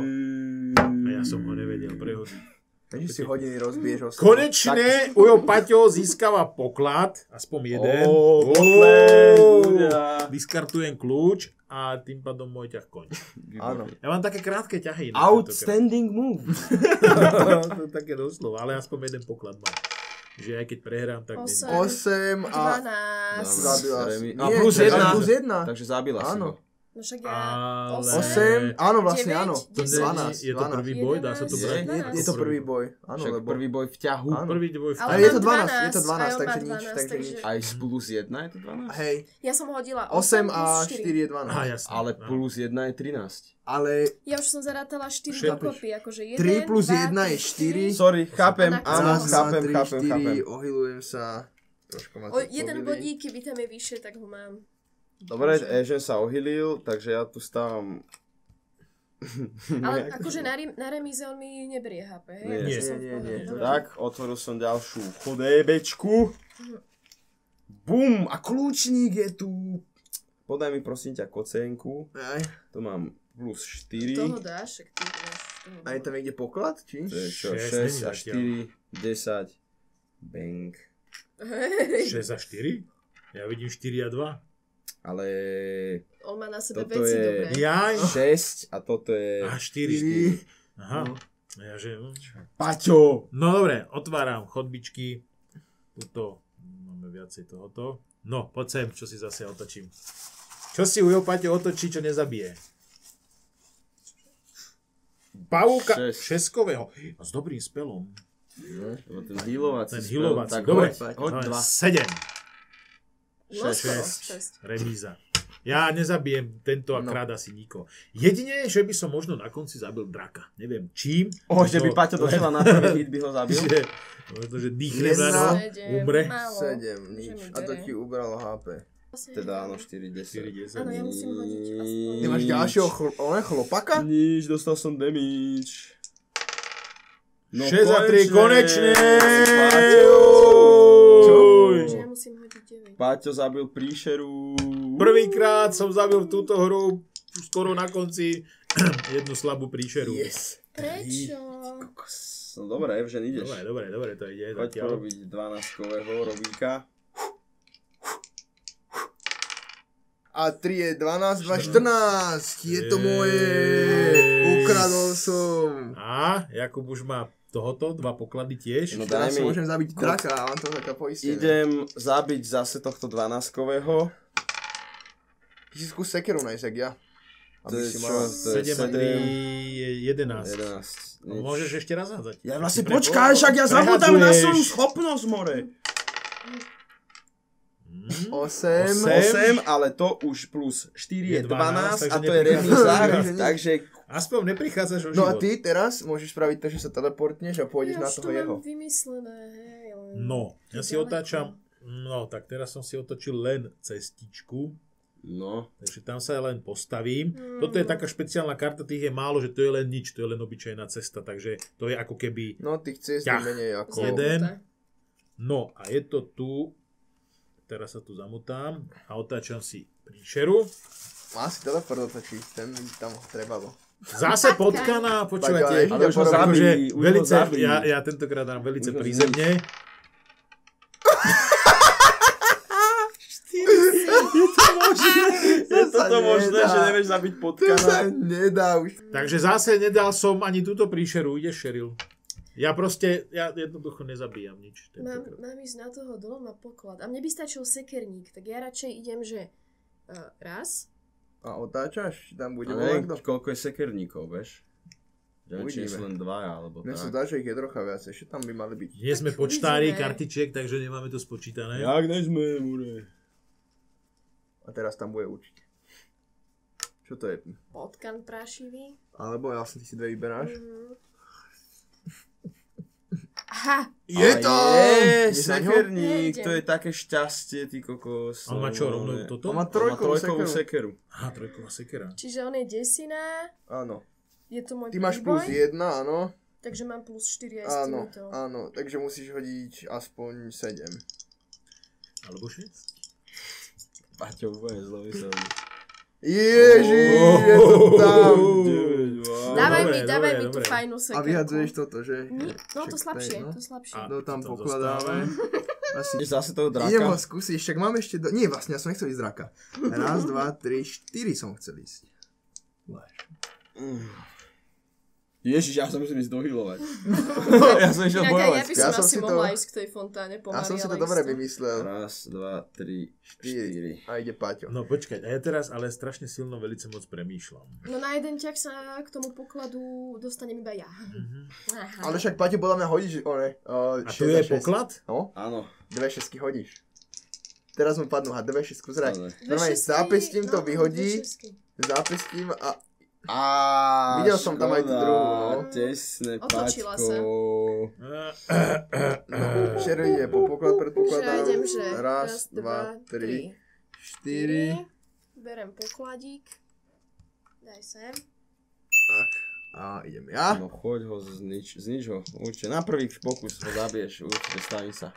A ja som ho nevedel prehodiť. Takže si hodiny rozbiješ o solo. Konečne Ujo Paťo získava poklad, aspoň jeden. Ó, Ó, potlesk, ľudia. Diskartujem kľúč a tým pádom môj ťah končí. Áno. Ja mám také krátke ťahy. na Outstanding move. tentokrát. to je také doslova, ale aspoň jeden poklad mám. Že aj keď prehrám, tak... neviem. 8 Osem. a... 12. Zabila si. Remi- Nie, A plus čakaj, jedna. Plus jedna. Takže zabila si Áno. ho. No však ja... Ale- Osem. 8, áno, vlastne Deväť, áno. To nie- desať. 12, Je to prvý boj, dá sa to Je, brať? Je, je to prvý boj, áno, Však lebo... prvý boj v ťahu. Áno. Prvý dvoj. Ale Ale Ale je to mám 12, je to 12, 12, takže aj on má nič, 12, takže takže- nič. Aj z plus 1 je to 12? Hej, Ja som hodila 8 8, a 4 je Aha, 12. jasné. Ale Áno. plus 1 je 13. Ale Ja už som zarátala 4 Šem. dokopy, akože 1, 3 plus 2, 1 je 4. Sorry, chápem, A na áno, raz, čo? dva, chápem, tri, chápem, chápem. štyri, ohylujem sa. Trošku ma O, to jeden pobili. bodík, keby tam je vyššie, tak ho mám. Dobre, Ežen sa ohylil, takže ja tu stávam... Ale akože na, rem, na remíze on mi neberie HP, hej? eh, Nie, Akože nie, som v nie, pohode. no, nie, Dobre. Tak, otvoril som ďalšiu chodébečku. Bum, a kľúčník je tu. Podaj mi prosím ťa kocenku. Aj, Tu mám plus Toho 4. dáš, však ty dáš. toho aj tam niekde poklad, či? To je čo, Šesť, 6 a není 4, 10. Bang. Hej, 6 a 4? Ja vidím 4 a 2. Ale On má na sebe Toto veci je- dobré. Jaj. 6 a toto je... A 4. Štyri. Aha. No. A Ja, že... hm. Paťo! No dobre, otváram chodbičky. Tuto máme viacej tohoto. No, poď sem, čo si zase otočím. Čo si Ujo Paťo otočí, čo nezabije? Pavúka Šesť. šeskového. A s dobrým spelom. Lebo ten Ten healovací spel, healovací. tak Dobre, hoď, hoď No, 2. 7. No, Šesť. skoro, Šesť. šesť. Remíza. Ja nezabijem tento a No. kráda si nikoho. Jedine, že by som možno na konci zabil draka. Neviem čím. O, že by Možno Paťo došla na prvý hit, by ho zabil. Že, možno, že dýchnem Jedna. na ňo, Sedem, umre. málo. 7, Že nič. mi A to bere. ti ubralo HP. Vlastne Teda áno, neviem. 4, 4, 10. 10. Áno, ja musím hodiť aspoň. Ty máš Nič. ďalšieho chl- one, chlopaka? Nič, dostal som damage. No, 6 za 3, konečne! Paťo! Čo? Že ja musím hodiť 9. Paťo zabil príšeru. Prvýkrát som zabil túto hru skoro na konci jednu slabú príšeru. Yes. Prečo? Kokos. No dobre, Evžen, ideš. Dobre, dobre, dobre, to ide. Poď zatiaľ. porobiť 12-kového robíka. A 3 je 12, 2 14. Je to moje. Yes. Ukradol som. A Jakub už má tohoto, dva poklady tiež. No, daj Teraz si mi. môžem zabiť draka, mám to taká poistená. Idem zabiť zase tohto 12-kového. Ty si skús sekeru nájsť, jak ja. To Aby je si čo? mala... To je 7 a 7, 3 je 11. 11. No, Môžeš ešte raz hádzať. Ja vlastne Prebo- počkaj, však ja zabudám na prehadzuješ. svoju schopnosť, more. Hm? 8. Osem. 8, ale to už plus 4 je Je 12, 12 a takže to je neprichádza. remíza, Takže nič. takže Aspoň neprichádzaš o No život. a ty teraz môžeš spraviť to, že sa teleportneš a pôjdeš ja na už to toho mám jeho. vymyslené, hej. len- No, ja si Ďaleko. otáčam... No, tak teraz som si otočil len cestičku. No, Takže tam sa ja len postavím. Toto je taká špeciálna karta, tých je málo, že to je len nič, to je len obyčajná cesta, takže to je ako keby... No tých ciest je Ťah. menej ako... Zem. Zabudnuté. jeden. No a je to tu, teraz sa tu zamotám a otáčam si príšeru. Má si teda prdotočí, ten by tam trebalo. Zase potkaná, počúvate, Paťo, ale už ho Akože zabili, už ho velice, zabili. ja, ja tentokrát dám velice Už ho prízemne. Je sa toto možné, nedá. že nevieš zabiť To sa potkana? nedá už. Takže zase nedal som ani túto príšeru, ide Sheryl. Ja proste, ja jednoducho nezabíjam nič. Mám, tentokrát. mám ísť na toho dolu na poklad. A mne by stačil sekerník, tak ja radšej idem, že uh, raz, A otáčaš? Či Tam bude no. Ale voľakto? koľko je sekerníkov, vieš? Neviem, či Uvidíme. sú len dvaja, alebo Mne sú tak. dáže ich je trocha viac, ešte tam by mali byť. Nie sme Tak počtári uvidíme. kartičiek, takže nemáme to spočítané. Jak nejsme, mure. A teraz tam bude určite. Čo to je? potkan prášivý. Alebo ja si si dve vyberáš. Mhm. Aha, Je A to! Je, Ideš na ňo? sekerník, Nejdem. to je také šťastie, ty kokos. On má čo, rovno normálne. toto? On má On má trojkovú trojkovú sekeru. sekeru. Aha, trojková sekera. čiže on je desina, Áno. je to môj Ty máš príboj, plus jedna, áno. takže mám plus 4 aj s Áno, týmito. áno. Takže musíš hodiť aspoň 7. Alebo šesť? Paťo, úplne zlomyselný. Ježi, je to tam. Dávaj Dobre, mi, dávaj dobre, mi tú dobre. fajnú A sekerku. vyhadzuješ toto, že? Nie, No to Však slabšie, to je, no. to slabšie. A- To tam To tam pokladáme. Asi Ideš zase toho Idem ho draka? skúsiť, však mám ešte... Do... Nie, vlastne, ja som nechcel ísť draka. Raz, dva, tri, štyri som chcel ísť. Ježiš, ja sa musím ísť dohylovať. ja som išiel Inak aj ja by bojovať. som Ja som asi si to- mohla ísť k tej fontáne Ja pomaly, som si to ale dobre isto. vymyslel. Raz, dva, tri, Štyri. štyri. A ide Paťo. No počkaj, a ja teraz ale strašne silno velice moc premýšľam. No na jeden ťah sa k tomu pokladu dostanem iba ja. Aha. Ale však Paťo podľa mňa hodíš, one. Uh, A tu je poklad? No, Áno. dve šesky hodíš. Teraz mu padnú, ha, dve šesku zraj. Ale- Dve Normálne šestky, zápestím to no, vyhodí. dve šestky. Zápestím a Á, Videl som tam aj tú škoda, druhú, no. Tesné, Otočila sa. Paťko. Ehm. šero ide po poklad, Že ja predpokladám. idem, že Raz, dva, tri, štyri. Berem pokladík. Daj sem. Tak. A idem ja. No choď ho znič, znič ho, určite. Na prvý pokus ho zabiješ, určite staví sa.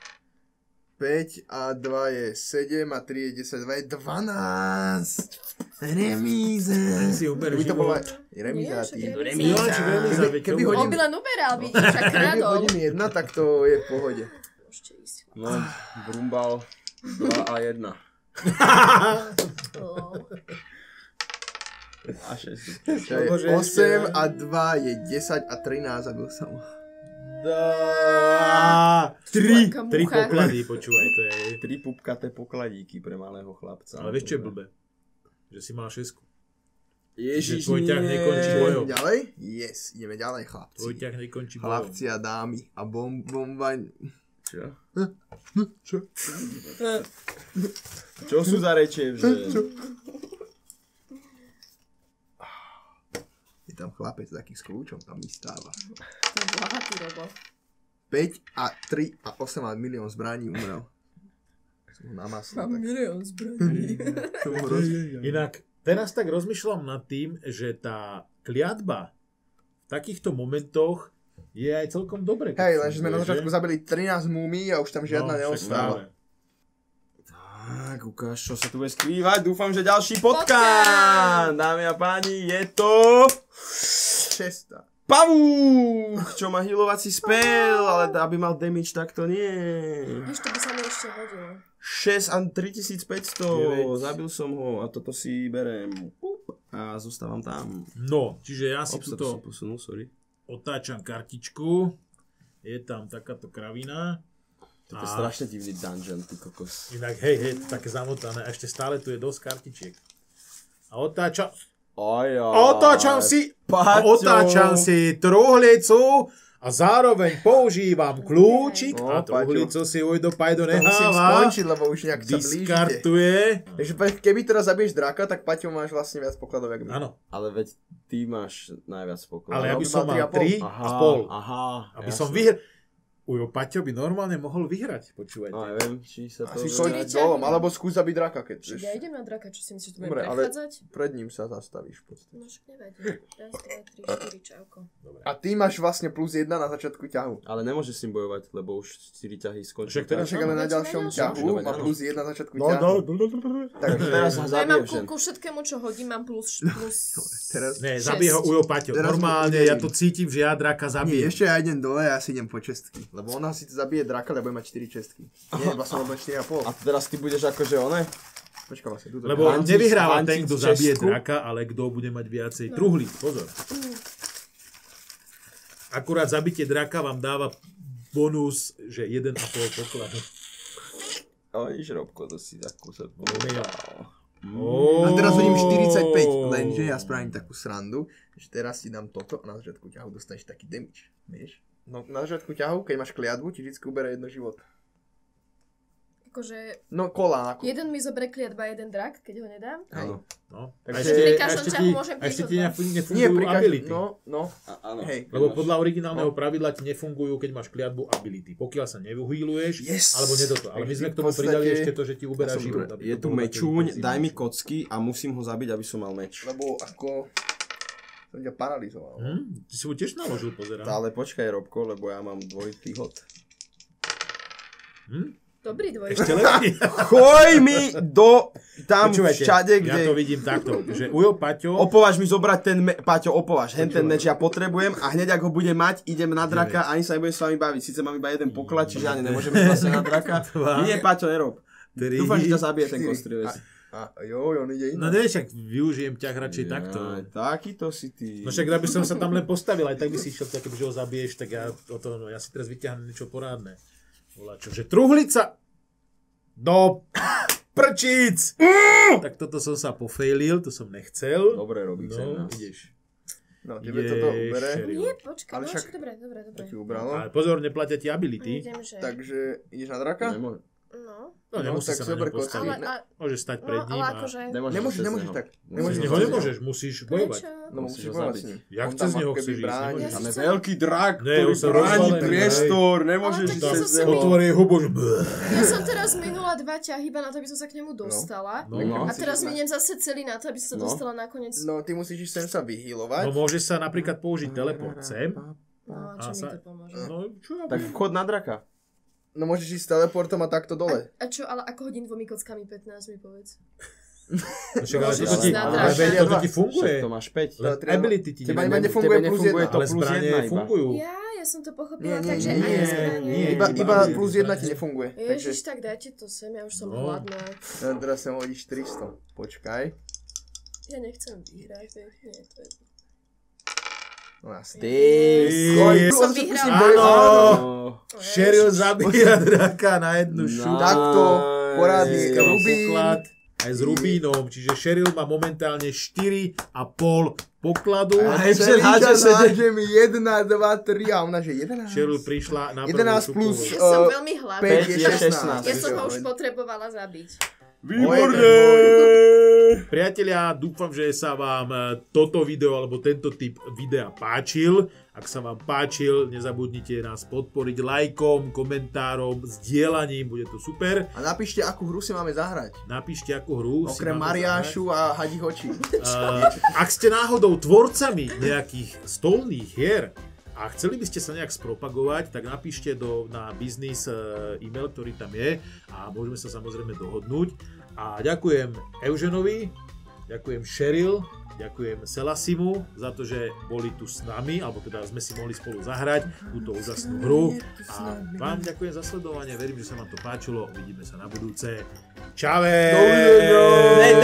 5 a 2 je 7 a 3 je 10, 2 je 12. Remíze. Si uber Keby to život. bola remíza ty. Nie, však Jo, či veľmi Keby- zaveď, keby tomu- hodil- On by len uberal, vidíš, však Keby kradol. No. hodím jedna, tak to je v pohode. Môžete ísť. No, Ah. brumbal 2 a 1. Lol. A 6. To je Bože, ešte- 8 a 2 je 10 a 13 a byl som. Á, Tri, Šlaka tri mucha. poklady, počúvaj, to je... Tri pupkaté pokladíky pre malého chlapca. Ale vieš, čo je blbé? Že si mal šesku. Že Ježiš, tvoj ťah nekončí bojom. Ideme ďalej? Yes, ideme ďalej Tvoj chlapci. ťah nekončí bojom. Chlapci a dámy a bom, bombaň. Čo? Čo? Čo sú za reče, že? Je tam chlapec taký s kľúčom, tam mi stáva. To je bohatý robo. 5 a 3 a 8 a milión zbraní umrel. Som ho namasnal. No tak- Mhm. milión zbraní. Čo mu hrozí? Inak, teraz tak rozmýšľam nad tým, že tá kliatba v takýchto momentoch je aj celkom dobre. Hej, lenže sme na začiatku zabili 13 múmií a už No, tam žiadna neostáva. Tak, ukáž, čo sa tu bude skrývať. Dúfam, že ďalší potkan. Dámy a páni, je to... 6. Pavúk, čo má healovací spell, ale aby mal damage, tak to nie. Vieš, to by sa mi ešte hodilo. 6 a 3500, Deväť. zabil som ho a toto si berem Pup, a zostávam tam. No, čiže ja si Ops, Obsa, to som tuto posunul, sorry. otáčam kartičku. Je tam takáto kravina. To je A- strašne divný dungeon, ty kokos. Inak hej, hej, to také zamotané. A ešte stále tu je dosť kartičiek. A otáčam, Aja. otáčam si, a Paťo. otáčam si truhlicu a zároveň používam kľúčik No, a Paťo. truhlicu si ujdo pajdo To musím neháva. skončiť, lebo už nejak sa blížite. Diskartuje. Takže pe- keby teraz zabiješ draka, tak Paťo máš vlastne viac pokladov, jak my. Áno, Ale veď ty máš najviac spokojov. ale ja by on som mal tri mal a pol. 3 a pol. Aha, Aby som jasné. vyhral. Ujo Paťo by normálne mohol vyhrať, počúvajte. No, neviem, či sa to... Asi Štyri konec ťahy. dolom, alebo skús zabiť draka, keď Čiže chceš. ja idem na draka, čo si myslíš, že to budem Dobre, ale- prechádzať? Pred ním sa zastavíš v podstate. No však nevadí. Raz, dva, tri, štyri, čauko. Dobre. A ty máš vlastne plus jedna na začiatku ťahu. Ale nemôže s ním bojovať, lebo už 4 ťahy skončil. Však teraz- Však ale na Áno, ďalšom na ďalšom. ťahu má plus jedna na začiatku No, ťahu. no, no, no, no, no. Takže Teraz ho No ja mám zabije ku, žen. ku všetkému, čo hodím, mám plus... plus... Teraz... Ne, Šesť. zabije ho Ujo Paťo. Teraz Normálne, mu- ja to cítim, že ja draka Nie, zabijem. ešte ja idem dole a ja si idem po čestky. Lebo ona si zabije draka, lebo bude mať 4 čestky. Nie, vlastne ona bude mať 4,5. A teraz ty budeš akože one? Počkaj, vlastne, tu to Lebo Antic- nevyhráva ten, Antic kto v zabije Česku. draka, ale kto bude mať viacej No. truhlíc. Pozor. Mm. Akurát zabitie draka vám dáva bonus, že 1,5 pokladu. Ale nič, Robko, to si takú sa... A teraz hodím 45, lenže ja spravím takú srandu, že teraz ti dám toto a na začiatku ťahu dostaneš taký damage, vieš? No, na začiatku ťahu, keď máš kliadbu, ti vždy ubere jedno život. Akože No, kolá, ako. jeden mi zoberie kliatba, jeden drak, keď ho nedám. Áno. No. Takže- A ešte- Pri a každom ešte ťahu ti- môžem a ešte ti prísť od vás. nefun- Nie, nefungujú pri každom, ability. no, no, Áno. hej. Lebo podľa originálneho pravidla ti nefungujú, keď máš kliatbu ability. Pokiaľ sa nevyhýluješ, Yes! alebo nedoto. Ale my Takže sme ty k tomu v pridali podstate- ešte to, že ti uberá Ja som život. dobre. aby Je to tu bolo také mečúň, No. intenzívne. daj mi kocky a musím ho zabiť, aby som mal meč. Lebo ako... Som ťa paralizoval. Hm? Ty si mu tiež naložil, pozerám. Ale počkaj, Robko, lebo ja mám dvojitý hod. Hm? Dobrý dvoj. No Ešte lepší. Choj mi do tam Počúvajte, všade, kde... ja to vidím takto, že Ujo Paťo, Opovaž mi zobrať ten, me- Paťo, opovaž, hen ten meč ja potrebujem a hneď ak ho bude mať, idem na draka, ani sa nebudem s vami baviť. Síce mám iba jeden poklad, čiže ani nemôžem ísť vlastne na draka. Dva. Nie, Paťo, nerob. ktorý... Dúfam, že ťa zabije ten Štyri. kostrivec. A joj, on ide No iná. ne, však využijem ťah radšej takto. Jaj, Takýto si ty. No však aby som sa tam len postavil, aj tak by si išiel, tak keby ho zabiješ, tak ja, o to, no, ja si teraz vyťahnem niečo porádne. Volá čo, že truhlica do prčíc! Mm! tak toto som sa pofejlil, to som nechcel. Dobre, robí No, no. ideš. No, tebe toto Ježiš. ubere. Nie, počkaj, Ale no, však- však... dobre, dobre, dobre. To ti No. ubralo. Ale pozor, neplatia ti ability. Idem, že... Takže ideš na draka? No, No, nemusíš tak sa na zober ňom postaviť. ale, ne- a, Môžeš stať no, pred ním ale a... akože... Nemôžeš, nemôžeš tak. Z Nemôžeš neho No, ho nemôžeš, musíš bojovať. Prečo? No Musíš musíš ho bojovať s zabiť. ním. Jak On chce tam z má neho keby chceš ísť? bráň. Nemôžeš. Ja Tam je som- veľký drak, Ne, ktorý už som bráni rozvalený, priestor, Ale nemôžeš tak ísť ja cez som si- neho. Otvorí hubu, že... Ja som teraz minula dva ťahy, iba na to, aby som sa k nemu dostala. No. A Musíš teraz ísť na- miniem zase celý na to, aby som sa No. dostala nakoniec. No, ty musíš ísť sem sa vyhýlovať. No môže sa napríklad použiť teleport sem. No, A a čo mi sa- to pomôže? No čo ja Tak viem. chod na draka. No môžeš ísť s teleportom a takto dole. A čo, ale ako hodím dvomi kockami 15, mi povedz. No, Však, ale Môžeš toto ti, ísť na ale dráž. veď toto ti Však funguje. to máš 5. Len Tri- ability ti Teba nefunguje. iba nefunguje plus nefunguje jedna. to Ale plus zbranie jedna iba. fungujú. Ja, ja som to pochopila, Nie, nie, takže nie, ani nie, zbranie. nie, Iba Iba, iba ide. plus jedna ti nefunguje. Takže Ježiš, tak dajte to sem, ja už som No. hladná. No, teraz sem hodíš 300. Počkaj. Ja nechcem vyhrať, veď nie, to je... No jasne. Ty. Koj, Oj, Ty tu som asi vyhrala. kusím Áno. No. bojovať. No. Sheryl zabíja draka na jednu Nice. šupu. Takto, poradný Získal Rubín. poklad aj s Rubínom. Čiže Sheryl má momentálne 4,5 pokladu. Aj Celý Excel hádže čas sedem. hádžem 1, 2, 3 a ona že 11. Sheryl prišla na prvú 11 šupu. plus Ja som Eh, veľmi hladná. 5 je je 16. 16. Ja som ho už potrebovala zabiť. Výborné. Priatelia, dúfam, že sa vám eh, toto video alebo tento typ videa páčil. Ak sa vám páčil, nezabudnite nás podporiť lajkom, komentárom, zdieľaním, bude to super. A napíšte, akú hru si máme zahrať. Napíšte, akú hru si Okrem máme zahrať. Mariášu a Hadich očí. Eh, ak ste náhodou tvorcami nejakých stolných hier a chceli by ste sa nejak spropagovať, tak napíšte do, na biznis eh, e-mail, ktorý tam je a môžeme sa samozrejme dohodnúť. A ďakujem Euženovi, ďakujem Sheryl, ďakujem Selasimu za to, že boli tu s nami, alebo teda sme si mohli spolu zahrať túto úžasnú hru. A vám ďakujem za sledovanie, verím, že sa vám to páčilo, vidíme sa na budúce. Čave! Ne, ne, Eh,